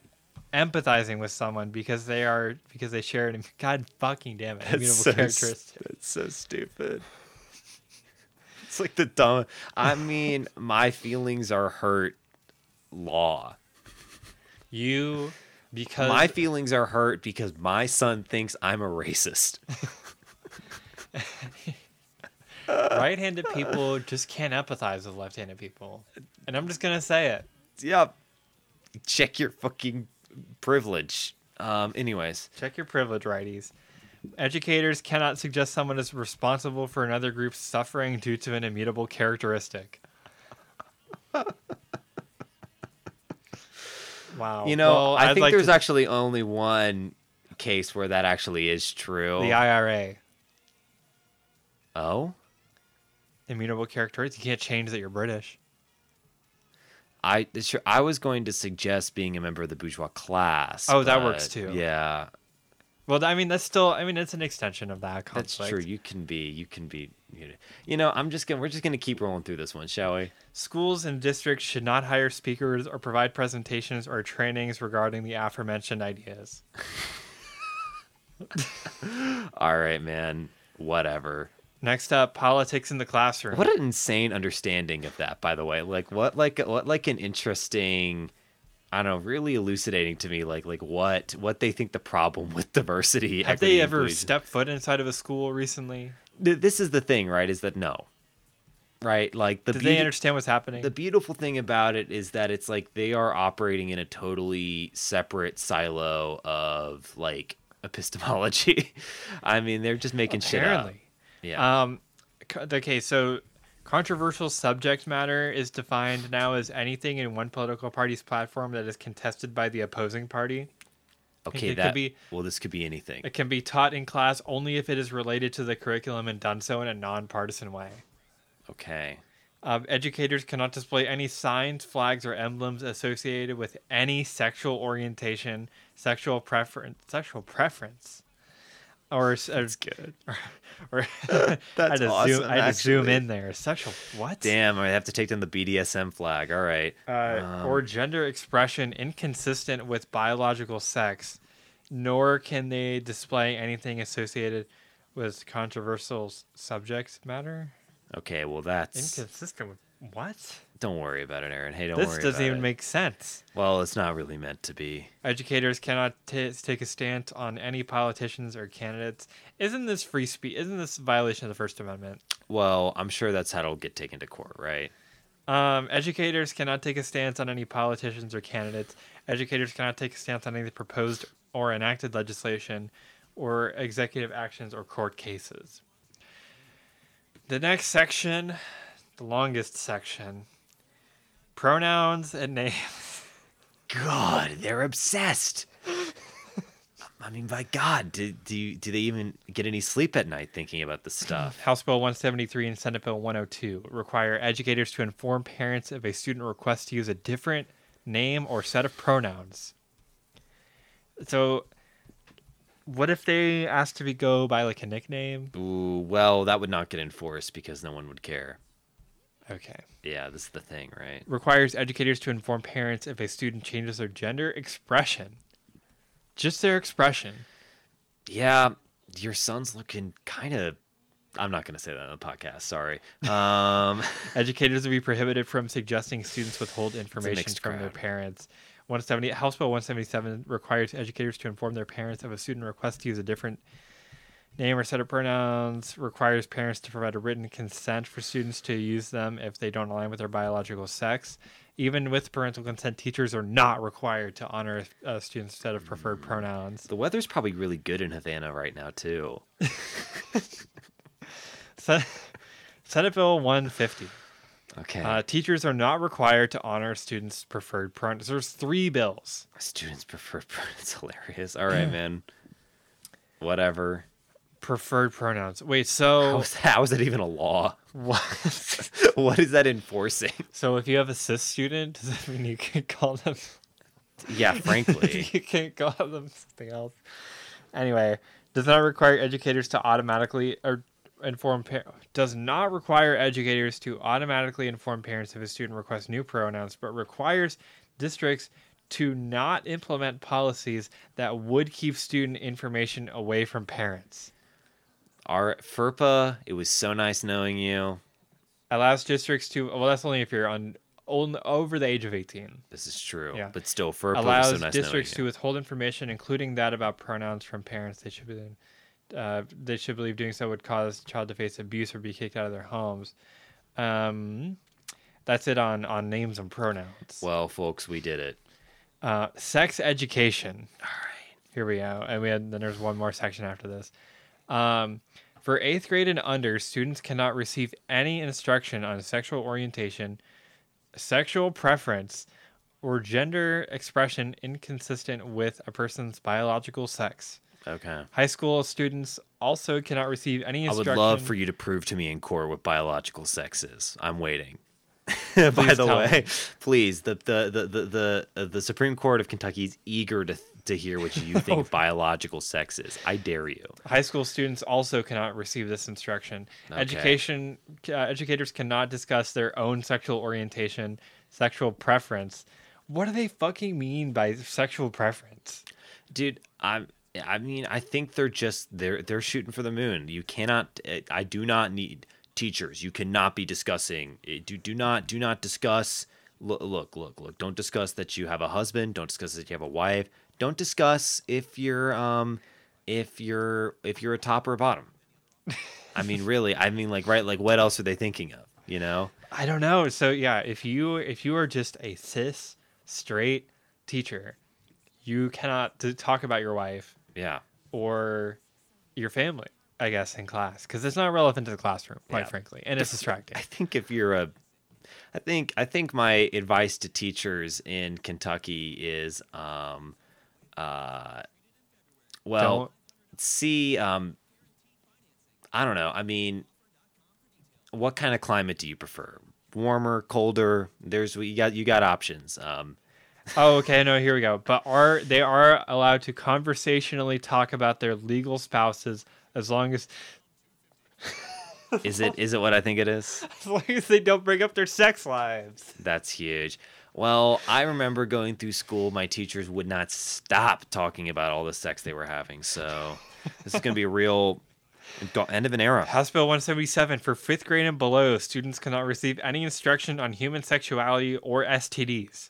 S2: empathizing with someone because they are because they share an god fucking damn it immutable
S1: s-
S2: characteristic.
S1: That's so stupid. It's like the dumb. I mean, my feelings are hurt. Law.
S2: You because
S1: My feelings are hurt because my son thinks I'm a
S2: <laughs>
S1: racist.
S2: right-handed people just can't empathize with left-handed people. And I'm just going to say it.
S1: yep. Check your fucking privilege. Um. Anyways,
S2: Check your privilege, righties. Educators cannot suggest someone is responsible for another group's suffering due to an immutable characteristic. wow.
S1: you know,
S2: Well,
S1: I
S2: I'd
S1: think
S2: like
S1: there's
S2: to-
S1: actually only one case where that actually is true.
S2: the IRA
S1: oh,
S2: immutable characteristics. You can't change that you're British.
S1: I sure. I was going to suggest being a member of the bourgeois class.
S2: Oh, that
S1: but
S2: works too.
S1: Yeah,
S2: Well, I mean, that's still. I mean, it's an extension of that
S1: That's
S2: conflict.
S1: true. You can be. You can be. You know, you know, I'm just gonna. We're just gonna keep rolling through this one, shall we?
S2: Schools and districts should not hire speakers or provide presentations or trainings regarding the aforementioned ideas.
S1: All right, man. Whatever.
S2: Next up, politics in the classroom.
S1: What an insane understanding of that, by the way. Like what? Like what? Like an interesting. I don't know. Really elucidating to me, like like what what they think the problem with diversity.
S2: Have
S1: equity,
S2: they ever
S1: inclusion-
S2: stepped foot inside of a school recently?
S1: Th- This is the thing, right? Is that no, right? Like the
S2: Did
S1: beauty-
S2: they understand what's happening?
S1: The beautiful thing about it is that it's like they are operating in a totally separate silo of like epistemology. <laughs> I mean, they're just making shit up.
S2: Apparently.
S1: Yeah.
S2: Um, co- okay, so controversial subject matter is defined now as anything in one political party's platform that is contested by the opposing party.
S1: okay.
S2: it could
S1: That.
S2: be-
S1: well, this could be anything.
S2: It can be taught in class only if it is related to the curriculum and done so in a nonpartisan way.
S1: Okay.
S2: Um, educators cannot display any signs, flags, or emblems associated with any sexual orientation, sexual preference, sexual preference, or that's good.
S1: <laughs>
S2: Or, <laughs> that's I had to
S1: awesome,
S2: Zoom, I had to zoom
S1: actually.
S2: in there. Sexual what?
S1: Damn, I have to take down the BDSM flag. All right.
S2: Uh,
S1: Um.
S2: or gender expression inconsistent with biological sex, nor can they display anything associated with controversial s- subjects matter.
S1: Okay. Well, that's.
S2: Inconsistent with what?
S1: Don't worry about it, Aaron. Hey, don't
S2: this
S1: worry.
S2: doesn't
S1: about
S2: even
S1: it.
S2: make sense.
S1: Well, it's not really meant to be.
S2: educators cannot t- take a stance on any politicians or candidates. Isn't this free speech? Isn't this a violation of the First Amendment?
S1: Well, I'm sure that's how it'll get taken to court, right?
S2: Um, educators cannot take a stance on any politicians or candidates. Educators cannot take a stance on any proposed or enacted legislation or executive actions or court cases. The next section, the longest section pronouns and names.
S1: God, they're
S2: <laughs>
S1: obsessed. I mean, by God, do, do, you- do they even get any sleep at night thinking about this stuff?
S2: House Bill 173 and Senate Bill 102 require educators to inform parents if a student requests to use a different name or set of pronouns. So, what if they ask to be go by like a nickname?
S1: Ooh, well, that would not get enforced because no one would care.
S2: Okay.
S1: Yeah, this is the thing, right?
S2: Requires educators to inform parents if a student changes their gender expression. Just their expression.
S1: Yeah, your son's looking kind of. I'm not going to say that on the podcast. Sorry. Um, <laughs>
S2: Educators will be prohibited from suggesting students withhold information
S1: mixed
S2: from their
S1: crowd.
S2: parents. 170 House Bill 177 requires educators to inform their parents of a student request to use a different name or set of pronouns. Requires parents to provide a written consent for students to use them if they don't align with their biological sex. Even with parental consent, teachers are not required to honor a student's set of preferred
S1: Mm.
S2: pronouns.
S1: the weather's probably really good in Havana right now, too.
S2: Sen- <laughs> Senate Bill 150.
S1: Okay.
S2: Uh, teachers are not required to honor students' preferred pronouns. There's three bills.
S1: Students prefer. <laughs> It's hilarious. All right, man. Whatever.
S2: preferred pronouns. Wait,
S1: How
S2: so
S1: is, how is that even a law?
S2: <laughs>
S1: <laughs>
S2: what?
S1: what is that enforcing?
S2: so if you have a cis student, does that mean you can call them? <laughs>
S1: Yeah, frankly.
S2: you can't call them something else. Anyway, does not require educators to automatically or inform par- does not require educators to automatically inform parents if a student requests new pronouns, but requires districts to not implement policies that would keep student information away from parents.
S1: <laughs> Our FERPA, it was so nice knowing you.
S2: Allows districts to well, that's only if you're on, on over the age of eighteen.
S1: This is true.
S2: Yeah.
S1: But still, FERPA was
S2: allows
S1: so nice
S2: districts to
S1: knowing you.
S2: withhold information, including that about pronouns, from parents. They should be, uh, they should believe doing so would cause the child to face abuse or be kicked out of their homes. Um, that's it on on names and pronouns.
S1: Well, folks, we did it.
S2: Uh, sex education.
S1: All right.
S2: Here we go. And we had then there's one more section after this. Um, for eighth grade and under, students cannot receive any instruction on sexual orientation, sexual preference, or gender expression inconsistent with a person's biological sex.
S1: Okay.
S2: High school students also cannot receive any
S1: I
S2: instruction.
S1: would love for you to prove to me in court what biological sex is. I'm waiting. <laughs> By the
S2: tell
S1: way, please the the the the the, uh, the Supreme Court of Kentucky is eager to to hear what <laughs> you think biological sex is. I dare you.
S2: High school students also cannot receive this instruction.
S1: Okay.
S2: Education uh, educators cannot discuss their own sexual orientation, sexual preference. What do they fucking mean by sexual preference?
S1: Dude, I'm I mean, I think they're just they're they're shooting for the moon. You cannot eh, I do not need teachers. You cannot be discussing eh, do do not do not discuss look look look look. Don't discuss that you have a husband, don't discuss that you have a wife. Don't discuss if you're um if you're if you're a top or a bottom. I mean, really, I mean like right like what else are they thinking of, you know?
S2: I don't know. So yeah, if you if you are just a cis straight teacher, you cannot t- talk about your wife
S1: Yeah.
S2: or your family, I guess, in class because it's not relevant to the classroom, quite
S1: Yeah.
S2: frankly, and it's distracting.
S1: I think if you're a I think I think my advice to teachers in Kentucky is um uh well
S2: Don't-
S1: see um I don't know. I mean what kind of climate do you prefer? Warmer, colder? There's you got you got options. Um
S2: oh, okay. No, here we go. But are they are allowed to conversationally talk about their legal spouses as long as <laughs>
S1: is it is it what I think it is?
S2: as long as they don't bring up their sex lives?
S1: That's huge. Well, I remember going through school, my teachers would not stop talking about all the sex they were having. So this is going to be a real go- end of an era.
S2: House Bill 177 for fifth grade and below, students cannot receive any instruction on human sexuality or STDs.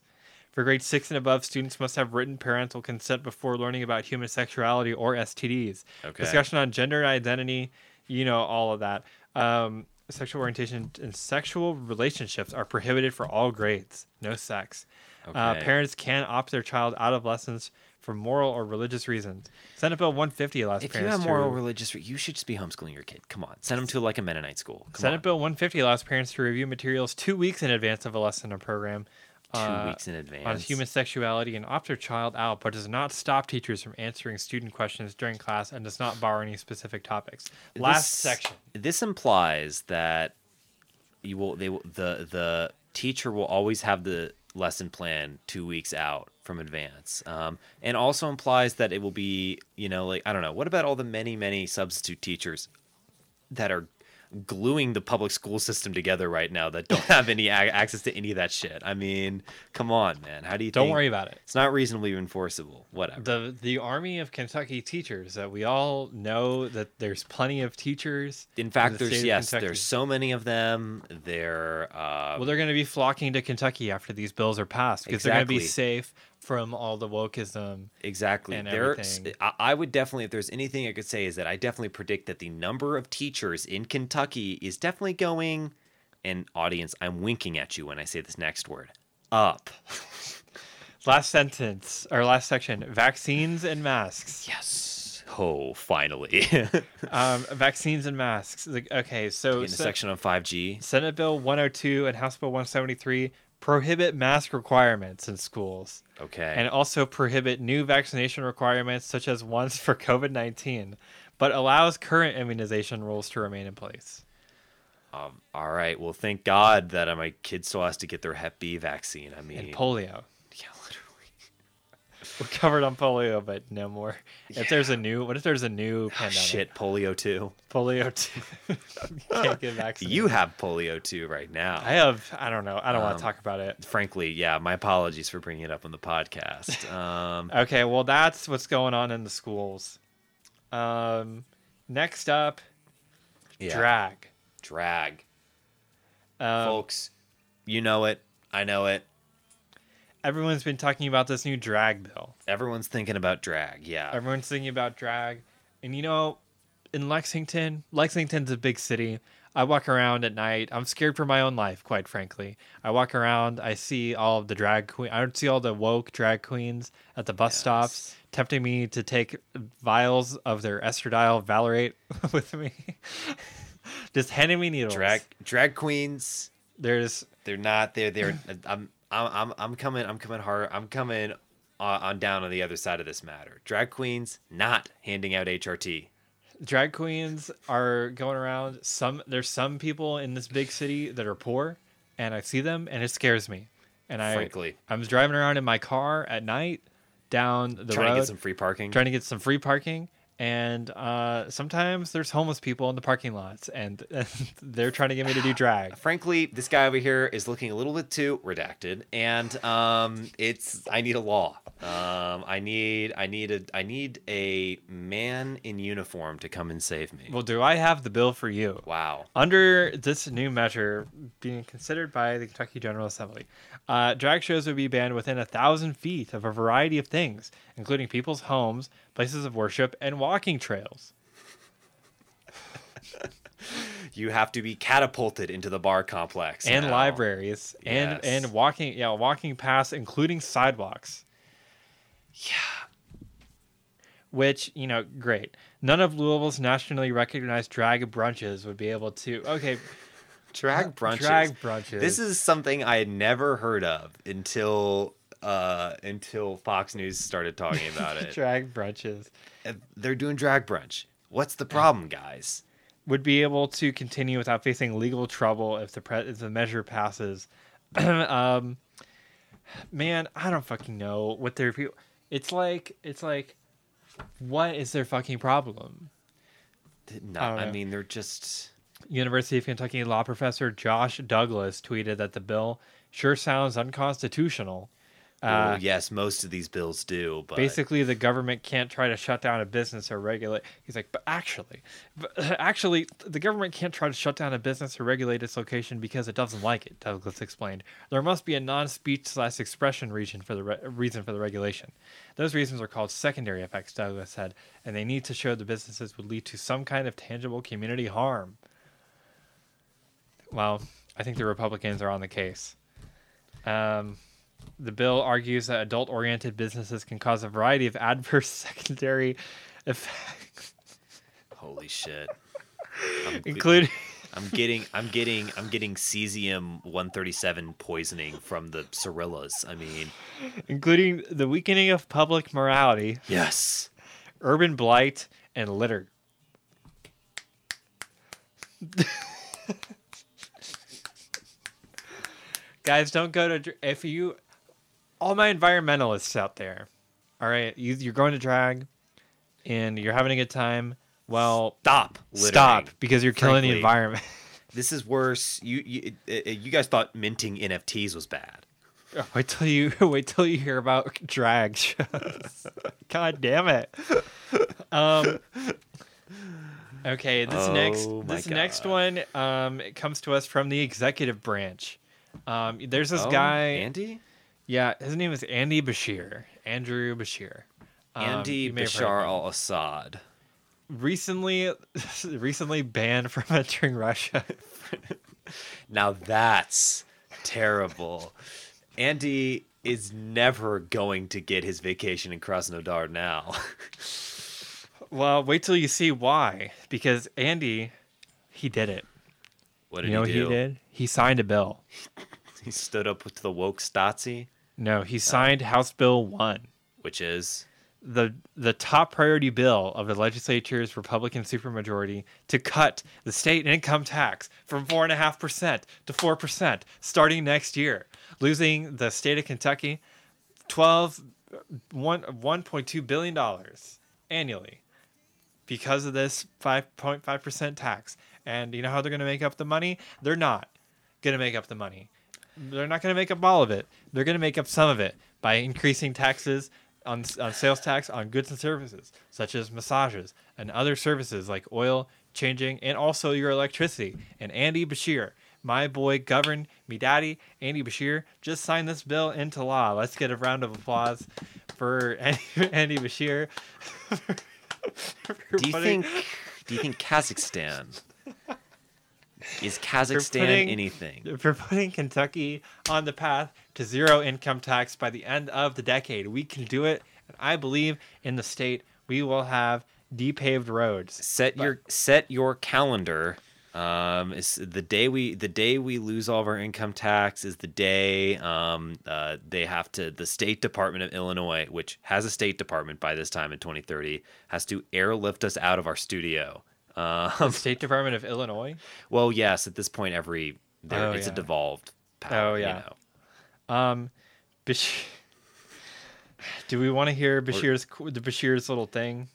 S2: For grade six and above, students must have written parental consent before learning about human sexuality or STDs.
S1: Okay.
S2: Discussion on gender identity, you know, all of that. Um, sexual orientation and sexual relationships are prohibited for all grades. No sex. Uh,
S1: Okay.
S2: parents can opt their child out of lessons for moral or religious reasons. Senate Bill 150 allows
S1: If you
S2: parents
S1: have moral
S2: to.
S1: religious, re- you should just be homeschooling your kid. Come on, send them to like a Mennonite school. Come
S2: Senate
S1: on.
S2: Bill 150 allows parents to review materials two weeks in advance of a lesson or program.
S1: two
S2: uh,
S1: weeks in advance.
S2: on human sexuality and opt their child out, but does not stop teachers from answering student questions during class and does not bar any specific topics. Last
S1: This-
S2: section.
S1: This implies that you will they will, the the teacher will always have the lesson plan two weeks out from advance, um, and also implies that it will be you know like I don't know what about all the many many substitute teachers that are gluing the public school system together right now that don't have any a- access to any of that shit. I mean, come on, man. How do you?
S2: Don't
S1: think-
S2: worry about it.
S1: It's not reasonably enforceable. Whatever.
S2: The the army of Kentucky teachers that we all know that there's plenty of teachers.
S1: In fact,
S2: the state
S1: there's
S2: of
S1: yes,
S2: Kentucky.
S1: there's so many of them. They're uh,
S2: Well, they're going to be flocking to Kentucky after these bills are passed because they're going to be
S1: Exactly.
S2: safe from all the wokeism.
S1: exactly.
S2: and
S1: There,
S2: everything.
S1: I, I would definitely, if there's anything I could say, is that I definitely predict that the number of teachers in Kentucky is definitely going. And audience, I'm winking at you when I say this next word. Up.
S2: Last sentence or last section: vaccines and masks.
S1: <laughs> Yes. Oh, finally. <laughs>
S2: Um, vaccines and masks. Like, okay, so
S1: in the
S2: se-
S1: section on 5G.
S2: Senate Bill 102 and House Bill 173 prohibit mask requirements in schools
S1: Okay.
S2: and also prohibit new vaccination requirements such as ones for COVID-19, but allows current immunization rules to remain in place.
S1: um, all right. Well, thank God that uh, my kid still has to get their Hep B vaccine. I mean,
S2: And polio.
S1: yeah, literally.
S2: We're covered on polio, but no more. If there's a new, what if there's a new
S1: Ah,
S2: pandemic?
S1: shit, polio too.
S2: Polio too. <laughs> you can't get
S1: <laughs>
S2: vaccinated.
S1: You have polio too right now.
S2: I have, I don't know. I don't want
S1: Um,
S2: to talk about it.
S1: frankly, yeah, my apologies for bringing it up on the podcast. <laughs> Um,
S2: Okay, well, that's what's going on in the schools. Um, next up,
S1: yeah.
S2: drag.
S1: Drag.
S2: Um,
S1: Folks, you know it. I know it.
S2: everyone's been talking about this new drag bill.
S1: Everyone's thinking about drag. Yeah.
S2: Everyone's thinking about drag. And you know, in Lexington, Lexington's a big city. I walk around at night. I'm scared for my own life, quite frankly. I walk around. I see all of the drag queen. I see all the woke drag queens at the bus stops, tempting me to take vials of their estradiol valerate <laughs> with me. Just handing me needles.
S1: Drag drag queens.
S2: There's
S1: They're not there. They're <clears throat> I'm I'm I'm I'm coming I'm coming hard. I'm coming on, on down on the other side of this matter. Drag queens not handing out HRT.
S2: drag queens are going around. Some there's some people in this big city that are poor, and I see them, and it scares me. And I
S1: Frankly.
S2: I'm driving around in my car at night down the
S1: trying
S2: road,
S1: to get some free parking.
S2: trying to get some free parking. And uh, sometimes there's homeless people in the parking lots, and, <laughs> they're trying to get me to do drag.
S1: Frankly, this guy over here is looking a little bit too redacted, and um, it's I need a law. Um, I need I need a I need a man in uniform to come and save me.
S2: Well, do I have the bill for you?
S1: wow.
S2: Under this new measure being considered by the Kentucky General Assembly, uh, drag shows would be banned within a thousand feet of a variety of things, including people's homes, places of worship, and walking trails.
S1: You have to be catapulted into the bar complex
S2: and
S1: now.
S2: libraries
S1: Yes.
S2: and and walking yeah walking paths including sidewalks yeah which you know great none of louisville's nationally recognized drag brunches would be able to okay
S1: Drag brunches.
S2: drag brunches
S1: This is something I had never heard of until uh until Fox News started
S2: <laughs>
S1: talking about it.
S2: drag brunches
S1: Uh, They're doing drag brunch. What's the problem, guys?
S2: would be able to continue without facing legal trouble if the pre- if the measure passes. <clears throat> um, man, I don't fucking know what their people. It's like it's like, what is their fucking problem?
S1: No,
S2: I don't
S1: I
S2: know.
S1: mean they're just
S2: University of Kentucky law professor Josh Douglas tweeted that the bill sure sounds unconstitutional.
S1: Well,
S2: Uh,
S1: yes, most of these bills do, but
S2: Basically, the government can't try to shut down a business or regulate. He's like, but actually, but <laughs> actually, the government can't try to shut down a business or regulate its location because it doesn't like it. Douglas explained. There must be a non-speech slash expression region for the re- reason for the regulation. Those reasons are called secondary effects. Douglas said, and they need to show the businesses would lead to some kind of tangible community harm. Well, I think the Republicans are on the case. Um, the bill argues that adult oriented businesses can cause a variety of <laughs> adverse secondary effects,
S1: Holy
S2: <laughs>
S1: shit. I'm,
S2: including.
S1: <laughs> I'm getting I'm getting I'm getting cesium 137 poisoning from the Cirillas. I mean,
S2: including the weakening of public morality,
S1: yes.
S2: urban blight, and litter. <laughs> Guys, don't go to dr- if you. All my environmentalists out there, all right, you, you're going to drag, and you're having a good time. Well,
S1: Stop. littering.
S2: stop because you're killing the
S1: frankly.
S2: environment. <laughs>
S1: This is worse. You you it, it- you guys thought minting NFTs was bad.
S2: Wait till you <laughs> wait till you hear about drag shows. <laughs> God damn it. Um, okay, this next
S1: Oh my
S2: this next
S1: God.
S2: one um, it comes to us from the executive branch. Um, there's this
S1: Oh,
S2: guy.
S1: Andy?
S2: yeah, his name is Andy Bashir. Andrew Bashir. Um,
S1: Andy
S2: you may have heard
S1: Bashar
S2: of him.
S1: al-Assad.
S2: recently <laughs> recently banned from <laughs> entering Russia.
S1: Now that's terrible. Andy is never going to get his vacation in Krasnodar now. <laughs>
S2: well, wait till you see why because Andy he did it.
S1: what did
S2: You know what
S1: he do?
S2: he did? He signed a bill.
S1: He stood up to the woke Stasi,
S2: No, he signed House Bill 1,
S1: which is
S2: the the top priority bill of the legislature's Republican supermajority to cut the state income tax from 4.5% to 4% starting next year, losing the state of Kentucky 12 one- 1.2 billion dollars annually because of this 5.5% tax. And you know how they're going to make up the money? They're not going to make up the money. They're not going to make up all of it. They're going to make up some of it by increasing taxes on, on sales tax on goods and services, such as massages and other services like oil, changing, and also your electricity. And Andy Bashir, my boy, govern me daddy, Andy Bashir, just signed this bill into law. Let's get a round of applause for <laughs> Andy Bashir. for
S1: Do you
S2: putting-
S1: think do you think Kazakhstan is Kazakhstan
S2: putting-
S1: anything?
S2: for <laughs> putting Kentucky on the path to zero income tax by the end of the decade. We can do it, and I believe in the state we will have depaved roads.
S1: Set your set your calendar. Um, is the day we the day we lose all of our income tax is the day um, uh, they have to the State Department of Illinois, which has a State Department by this time in 2030, has to airlift us out of our studio. Um, <laughs>
S2: State Department of Illinois.
S1: well, yes, at this point, every there
S2: Oh,
S1: it's
S2: yeah.
S1: a devolved power.
S2: Oh,
S1: you
S2: yeah.
S1: know.
S2: Um, Bash- <laughs> do we want to hear Bashir's the Bashir's little thing?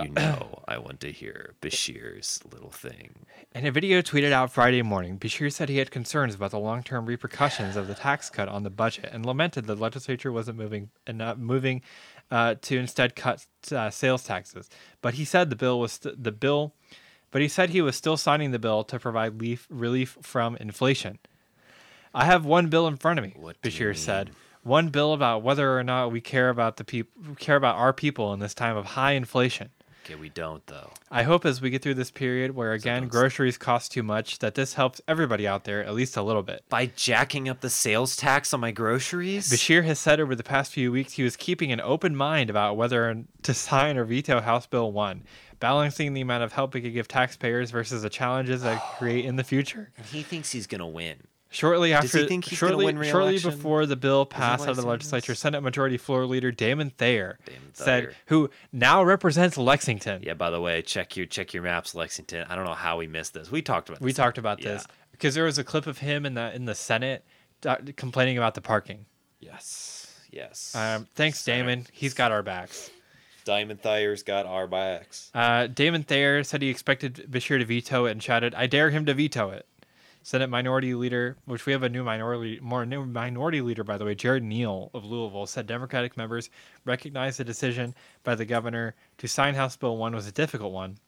S1: You know, I want to hear Bashir's little thing.
S2: In a video tweeted out Friday morning, Bashir said he had concerns about the long-term repercussions of the tax cut on the budget and lamented the legislature wasn't moving enough, moving uh, to instead cut uh, sales taxes. But he said the bill was st- the bill, but he said he was still signing the bill to provide leaf relief from inflation. I have one bill in front of me,
S1: What do you
S2: Bashir
S1: mean?
S2: said. One bill about whether or not we care about the people care about our people in this time of high inflation.
S1: Okay, we don't though.
S2: I hope as we get through this period where again
S1: don't-
S2: groceries cost too much that this helps everybody out there at least a little bit.
S1: By jacking up the sales tax on my groceries?
S2: Bashir has said over the past few weeks he was keeping an open mind about whether to sign or veto House Bill 1, balancing the amount of help we could give taxpayers versus the
S1: <sighs>
S2: challenges that could create in the future.
S1: And he thinks he's gonna win.
S2: Shortly after,
S1: he think he's gonna
S2: shortly,
S1: win
S2: shortly
S1: re-election?
S2: before the bill passed
S1: why
S2: out of the
S1: he's doing
S2: legislature, Senate Majority Floor Leader Damon Thayer,
S1: Damon
S2: said,
S1: Thayer.
S2: who now represents Lexington.
S1: Yeah, by the way, check your check your maps, Lexington. I don't know how we missed this. We talked about
S2: We
S1: this.
S2: talked about
S1: Yeah.
S2: this because there was a clip of him in the in the Senate uh, complaining about the parking.
S1: Yes. Yes.
S2: Um, thanks,
S1: Senate.
S2: Damon. He's got our backs.
S1: Diamond Thayer's got R by X.
S2: Uh, Damon Thayer said he expected Bashir to veto it and shouted, "I dare him to veto it." Senate Minority Leader, which we have a new minority, more new minority leader by the way, Jared Neal of Louisville said Democratic members recognized the decision by the governor to sign House Bill One was a difficult one,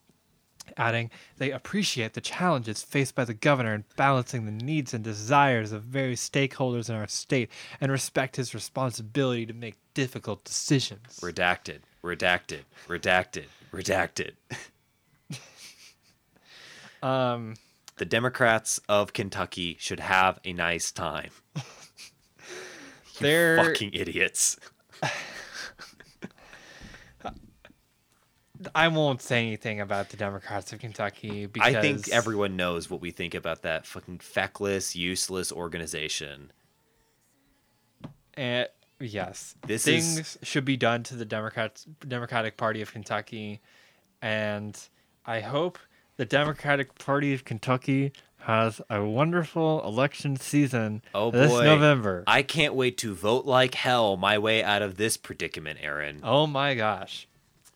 S2: adding they appreciate the challenges faced by the governor in balancing the needs and desires of various stakeholders in our state and respect his responsibility to make difficult decisions.
S1: Redacted. Redacted. Redacted. Redacted.
S2: <laughs> Um,
S1: The Democrats of Kentucky should have a nice time. You
S2: They're
S1: fucking idiots.
S2: I won't say anything about the Democrats of Kentucky because
S1: I think everyone knows what we think about that fucking feckless, useless organization.
S2: eh, yes,
S1: This is-
S2: things should be done to the Democrats Democratic Party of Kentucky, and I hope the Democratic Party of Kentucky has a wonderful election season
S1: Oh,
S2: this
S1: boy.
S2: November.
S1: I can't wait to vote like hell my way out of this predicament, Aaron.
S2: Oh my gosh.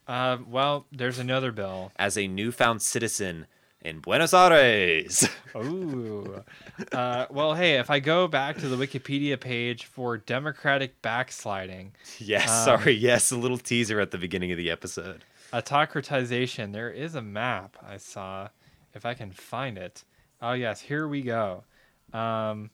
S2: Uh, well, there's another bill.
S1: As a newfound citizen in Buenos Aires. <laughs>
S2: Ooh. Uh, well, hey, if I go back to the Wikipedia page for Democratic backsliding,
S1: yes,
S2: Um,
S1: sorry. Yes, a little teaser at the beginning of the episode.
S2: autocratization, there is a map I saw, if I can find it. Oh, yes, here we go. Um,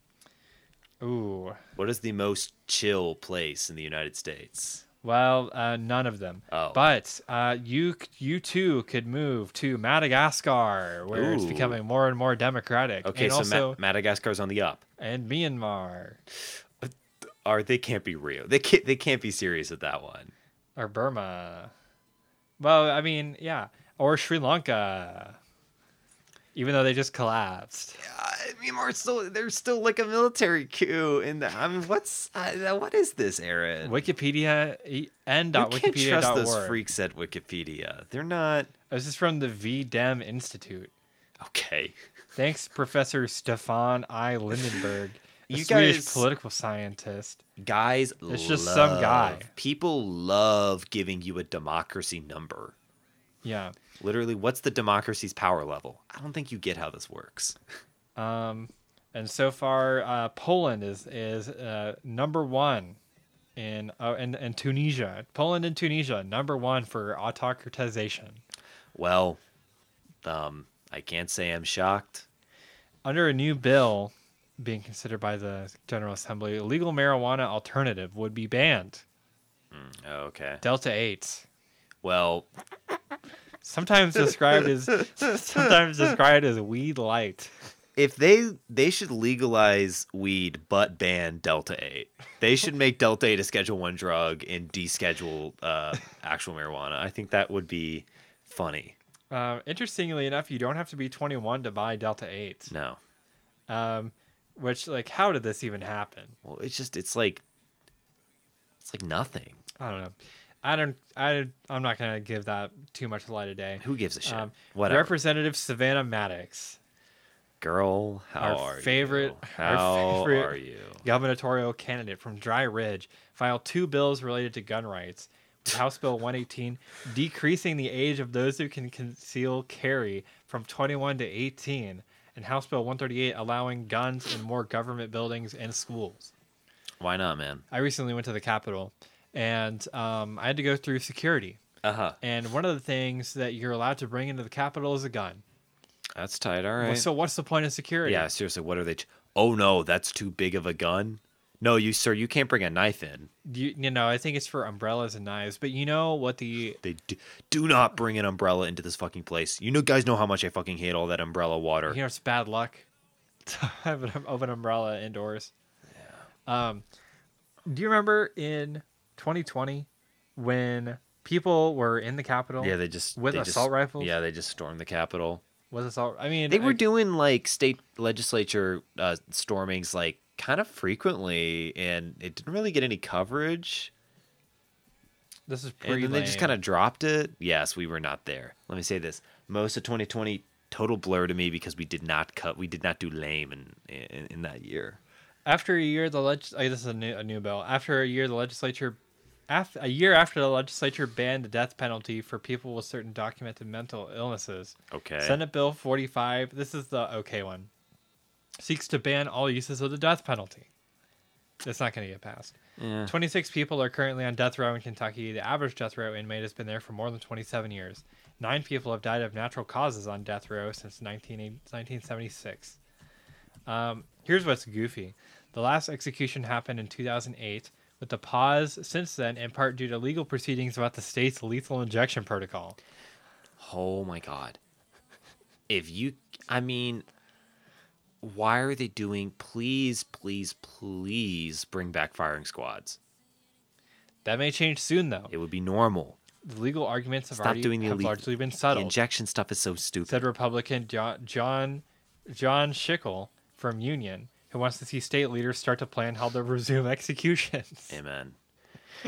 S2: ooh.
S1: What is the most chill place in the United States?
S2: Well, uh, none of them.
S1: Oh.
S2: But uh, you c- you too could move to Madagascar, where it's
S1: Ooh.
S2: becoming more and more democratic.
S1: Okay,
S2: and
S1: so Ma-
S2: also,
S1: Madagascar's on the up.
S2: and Myanmar.
S1: Are they can't be real? They can't. They can't be serious at that one.
S2: or Burma. Well, I mean, yeah, or Sri Lanka. Even though they just collapsed.
S1: I mean, we're still there's still like a military coup in the. I mean, what's uh, what is this, Aaron?
S2: Wikipedia e- and
S1: you can't trust those
S2: wikipedia.org.
S1: freaks at Wikipedia. They're not
S2: Oh, This is from the VDEM Institute.
S1: okay.
S2: Thanks, Professor Stefan I. Lindenberg,
S1: <laughs>
S2: a
S1: You
S2: Swedish
S1: guys-
S2: political scientist.
S1: Guys,
S2: It's just some guy.
S1: love- People love giving you a democracy number.
S2: Yeah.
S1: Literally, what's the democracy's power level? I don't think you get how this works.
S2: Um, and so far, uh, Poland is is uh, number one in oh, and and Tunisia, Poland and Tunisia, number one for autocratization.
S1: Well, um, I can't say I'm shocked.
S2: Under a new bill being considered by the General Assembly, legal marijuana alternative would be banned.
S1: Okay.
S2: Delta eight,
S1: Well,
S2: sometimes described
S1: <laughs>
S2: as sometimes described as weed light.
S1: if they they should legalize weed but ban delta 8 they should make delta 8 a schedule 1 drug and deschedule uh, actual marijuana i think that would be funny
S2: Uh, interestingly enough, you don't have to be 21 to buy Delta 8,
S1: no
S2: um, which, like, how did this even happen?
S1: well it's just it's like it's like nothing
S2: I don't know. I don't. I. I'm not gonna give that too much light today.
S1: who gives a shit
S2: Um,
S1: whatever
S2: Representative Savannah Maddox,
S1: girl how
S2: our
S1: are
S2: favorite-
S1: you?
S2: our
S1: how
S2: favorite-
S1: are you
S2: gubernatorial candidate from Dry Ridge, filed two bills related to gun rights. with House
S1: <laughs>
S2: Bill 118 decreasing the age of those who can conceal carry from 21 to 18, and House Bill 138 allowing guns in more government buildings and schools.
S1: why not man
S2: I recently went to the Capitol, and um, I had to go through security.
S1: uh-huh
S2: And one of the things that you're allowed to bring into the Capitol is a gun.
S1: that's tight all
S2: Well,
S1: right
S2: So what's the point of security?
S1: yeah seriously what are they ch- oh no that's too big of a gun no you sir you can't bring a knife in
S2: You, you know, I think it's for umbrellas and knives, but you know what the
S1: They do, do not bring an umbrella into this fucking place. You know, guys know how much I fucking hate all that umbrella water.
S2: you know it's bad luck <laughs> to have an open umbrella indoors. Yeah. Um, do you remember in 2020 when people were in the Capitol?
S1: Yeah, they just
S2: With
S1: they
S2: assault
S1: just,
S2: rifles?
S1: Yeah, they just stormed the Capitol.
S2: was assault. I mean,
S1: They were
S2: I-
S1: doing like state legislature uh, stormings like kind of frequently, and it didn't really get any coverage.
S2: This is
S1: And
S2: pre.
S1: then they just
S2: lame.
S1: kind of dropped it. Yes, we were not there. Let me say this: most of 2020 total blur to me because we did not cut, we did not do lame in in, in that year.
S2: after a year the leg oh, this is a new, a new bill after a year the legislature af- a year after the legislature banned the death penalty for people with certain documented mental illnesses
S1: Okay.
S2: senate bill 45 this is the okay one seeks to ban all uses of the death penalty it's not going to get passed
S1: Yeah.
S2: 26 people are currently on death row in kentucky the average death row inmate has been there for more than 27 years nine people have died of natural causes on death row since 19, 1976 um, here's what's goofy. The last execution happened in 2008, with the pause since then in part due to legal proceedings about the state's lethal injection protocol.
S1: Oh my god. If you I mean why are they doing? Please, please, please bring back firing squads.
S2: That may change soon, though.
S1: It would be normal.
S2: The legal arguments have,
S1: Stop
S2: already,
S1: doing the
S2: have
S1: illegal-
S2: largely been
S1: The
S2: settled.
S1: injection stuff is so stupid.
S2: said Republican Jo- John John Schickel from Union, who wants to see state leaders start to plan how to <laughs> resume executions.
S1: Amen.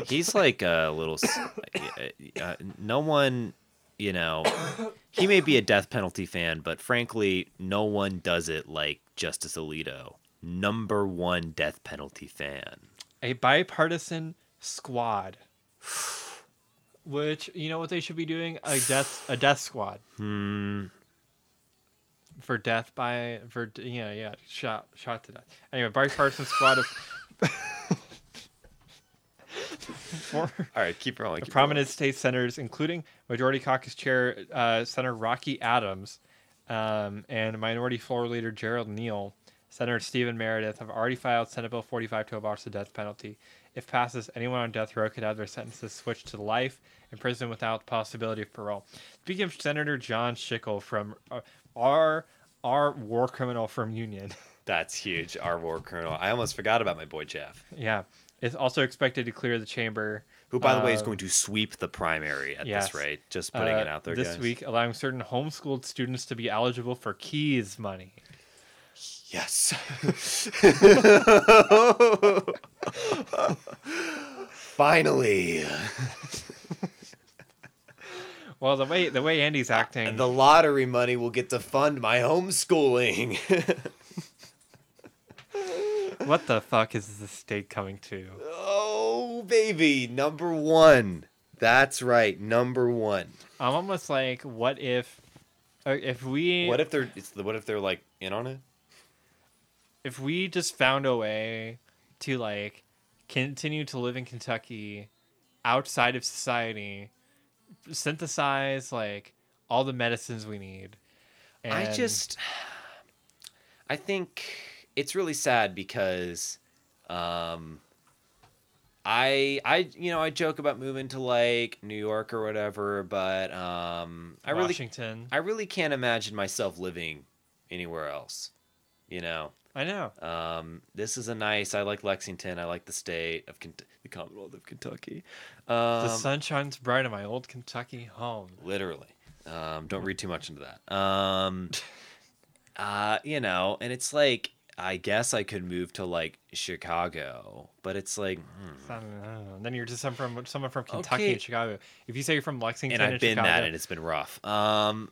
S1: He's like a little. s- uh, uh, no one, you know, he may be a death penalty fan, but frankly, no one does it like Justice Alito, number one death penalty fan.
S2: A bipartisan squad, which you know what they should be doing a death a death squad
S1: Hmm.
S2: for death by for you know yeah shot shot to death. Anyway, bipartisan squad of. Former-
S1: All right, keep rolling.
S2: The prominent state senators, including Majority Caucus Chair uh, Senator Rocky Adams um, and Minority Floor Leader Gerald Neal, Senator Stephen Meredith have already filed Senate Bill 45 to abolish the death penalty. If passes, anyone on death row could have their sentences switched to life in prison without the possibility of parole. Speaking of Senator John Schickel from uh, our our war criminal from Union. <laughs>
S1: That's huge. Our war colonel. I almost forgot about my boy Jeff,
S2: yeah. Is also expected to clear the chamber.
S1: who, by the way, is
S2: Um,
S1: going to sweep the primary at
S2: yes.
S1: this rate. Just putting it
S2: uh,
S1: out there,
S2: this
S1: guys.
S2: week, allowing certain homeschooled students to be eligible for keys money. <laughs>
S1: Yes. <laughs> Finally.
S2: Well, the way the way Andy's acting,
S1: Ah, The <laughs> lottery money will get to fund my homeschooling. <laughs>
S2: what the fuck is this state coming to?
S1: oh, baby. Number one. That's right. Number one.
S2: I'm almost like, what if, uh, if we,
S1: What if they're it's the, what if they're like in on it?
S2: if we just found a way to like continue to live in Kentucky outside of society, synthesize like all the medicines we need.
S1: I
S2: and-
S1: just I think it's really sad because um I I you know I joke about moving to like New York or whatever, but um I really
S2: Washington.
S1: I really can't imagine myself living anywhere else. You know,
S2: I know.
S1: um, this is a nice. I like Lexington. I like the state of Kent- the Commonwealth of Kentucky. Um,
S2: The sun shines bright in my old Kentucky home.
S1: literally. Um, don't read too much into that.
S2: <laughs>
S1: Um, uh, you know, and it's like I guess I could move to like Chicago, but it's like, hmm.
S2: I don't know. Oh, Then you're just some from someone from Kentucky
S1: Okay.
S2: and Chicago. If you say you're from Lexington
S1: and
S2: and,
S1: I've been
S2: Chicago,
S1: that, and it's been rough. Um,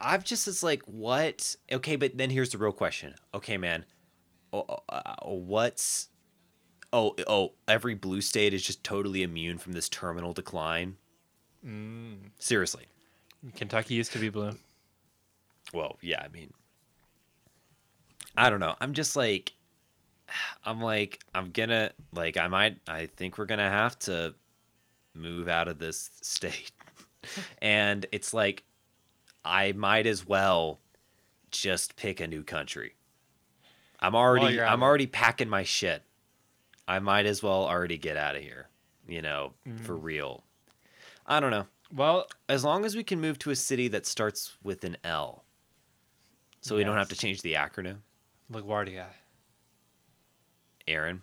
S1: I've just it's like what? Okay, but then here's the real question. Okay, man, oh, uh, what's oh oh every blue state is just totally immune from this terminal decline. Seriously,
S2: Kentucky used to be blue.
S1: well, yeah, I mean, I don't know. I'm just like, I'm like, I'm gonna like, I might, I think we're gonna have to move out of this <laughs> state, and it's like, I might as well just pick a new country. I'm already,
S2: you're at
S1: I'm
S2: it.
S1: already packing my shit. I might as well already get out of here, you know, for real. I don't know
S2: Well,
S1: as long as we can move to a city that starts with an L, so we don't have to
S2: Yes.
S1: change the acronym.
S2: LaGuardia.
S1: Aaron,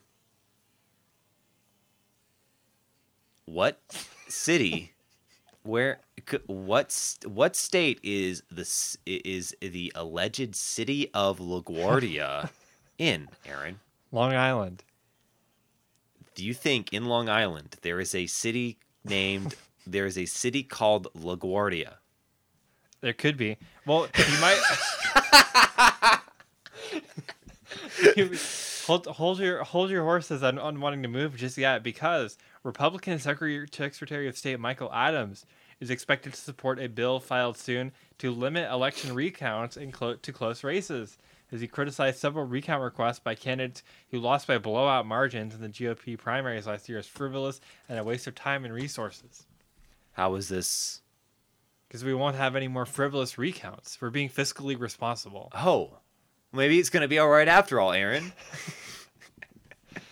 S1: what city? Where? c- What? st- What state is the s- is the alleged city of LaGuardia in? Aaron,
S2: Long Island.
S1: do you think in Long Island there is a city named there is a city called LaGuardia?
S2: There could be. Well, <laughs> you might. You- hold, hold your hold your horses on, on wanting to move just yet because Republican Secretary, Secretary of State Michael Adams is expected to support a bill filed soon to limit election recounts in clo- to close races. As he criticized several recount requests by candidates who lost by blowout margins in the GOP primaries last year as frivolous and a waste of time and resources
S1: How is this?
S2: because we won't have any more frivolous recounts. We're being fiscally responsible.
S1: Oh, maybe it's gonna be all right after all, Aaron.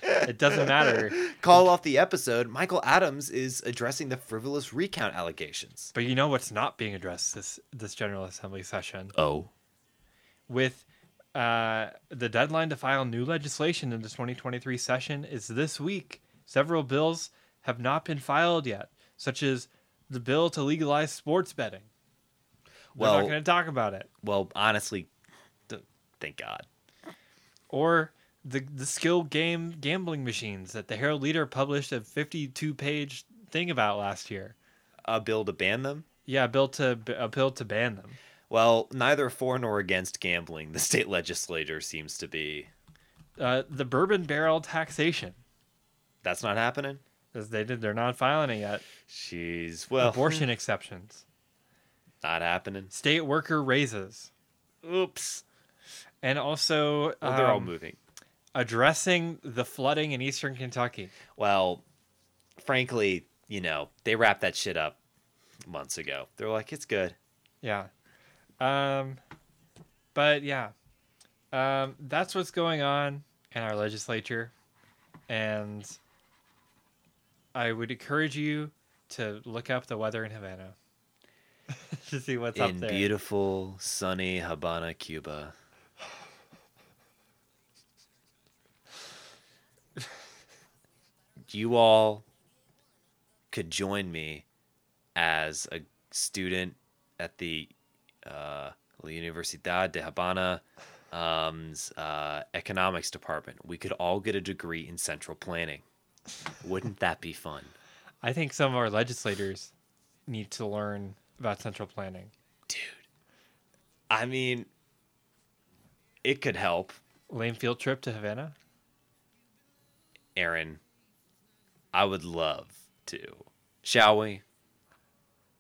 S2: It doesn't matter.
S1: Call off the episode. Michael Adams is addressing the frivolous recount allegations.
S2: But you know what's not being addressed this this General Assembly session
S1: Oh,
S2: with Uh, the deadline to file new legislation in the 2023 session is this week. Several bills have not been filed yet, such as the bill to legalize sports betting. We're
S1: Well-
S2: not going to talk about it.
S1: Well, honestly, th- thank God.
S2: Or the the skill game gambling machines that the Herald Leader published a 52 page thing about last year.
S1: A bill to ban them?
S2: Yeah, a bill to a bill to ban them.
S1: Well, neither for nor against gambling, the state legislature seems to be.
S2: Uh, the bourbon barrel taxation.
S1: That's not happening?
S2: 'Cause They did. They're not filing it yet.
S1: Jeez. Well, hmm,
S2: Abortion exceptions.
S1: not happening.
S2: State worker raises.
S1: Oops.
S2: And also
S1: Well, they're all
S2: um,
S1: moving.
S2: addressing the flooding in eastern Kentucky.
S1: Well, frankly, you know, they wrapped that shit up months ago. They're like, it's good.
S2: Yeah. Um, but yeah, um, that's what's going on in our legislature. And I would encourage you to look up the weather in Havana <laughs> to see what's up
S1: In
S2: there.
S1: beautiful, sunny Habana,
S2: <laughs>
S1: Cuba. you all could join me as a student at the uh, La Universidad de Habana um's uh, economics department. We could all get a degree in central planning. Wouldn't that be
S2: <laughs>
S1: fun?
S2: I think some of our legislators need to learn about central planning.
S1: Dude. I mean, it could help.
S2: Lame field trip to Havana?
S1: Aaron, I would love to. Shall we?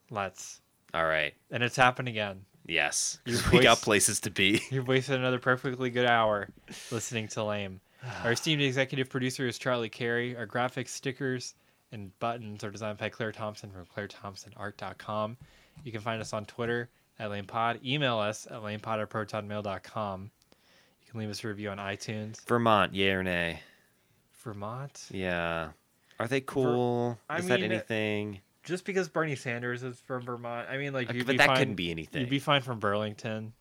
S2: Let's.
S1: All right.
S2: And it's happened again.
S1: <laughs> Yes.
S2: Your
S1: We
S2: voice-
S1: got places to be.
S2: You've wasted another perfectly good hour listening to <sighs> Lame. Our esteemed executive producer is Charlie Carey. Our graphics, stickers, and buttons are designed by Claire Thompson from ClaireThompsonArt.com. You can find us on Twitter at LamePod. Email us at LamePod at ProtonMail.com. You can leave us a review on iTunes.
S1: <laughs> Vermont, yay or nay?
S2: Vermont.
S1: Yeah. Are they cool?
S2: I
S1: Is that
S2: mean,
S1: anything?
S2: Just because Bernie Sanders is from Vermont, I mean, like,
S1: Okay,
S2: you'd
S1: but
S2: be
S1: that
S2: fine-
S1: couldn't be anything.
S2: You'd be fine from Burlington.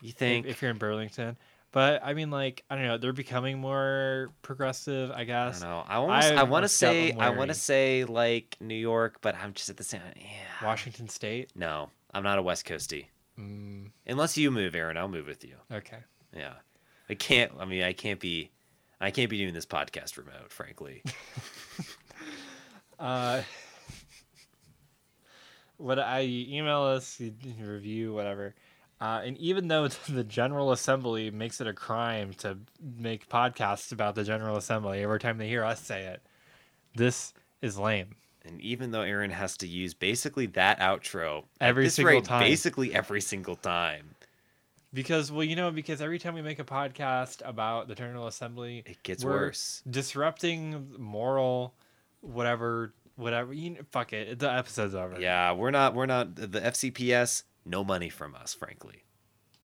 S1: you
S2: if-
S1: think?
S2: if, you're in Burlington. But I mean, like I don't know, they're becoming more progressive, I
S1: I
S2: guess.
S1: don't know. I, almost, I
S2: I'm
S1: want to
S2: stuck-
S1: say
S2: I'm
S1: I want
S2: wary.
S1: to say like New York, but I'm just at the same. Yeah.
S2: Washington State.
S1: No, I'm not a West Coastie.
S2: Mm,
S1: Unless you move, Aaron, I'll move with you.
S2: okay.
S1: Yeah. I can't. I mean, I can't be. I can't be doing this podcast remote, frankly.
S2: Uh, <laughs> what I you email us, you d- review whatever, uh, and even though <laughs> the General Assembly makes it a crime to make podcasts about the General Assembly every time they hear us say it, this is lame.
S1: And even though Aaron has to use basically that outro at
S2: Every
S1: this
S2: single
S1: rate,
S2: time.
S1: basically every single time,
S2: Because well, you know, because every time we make a podcast about the General Assembly,
S1: it gets
S2: We're-
S1: worse.
S2: disrupting moral whatever whatever you kn- fuck it the episode's over
S1: Yeah, we're not. We're not the FCPS. No money from us, frankly.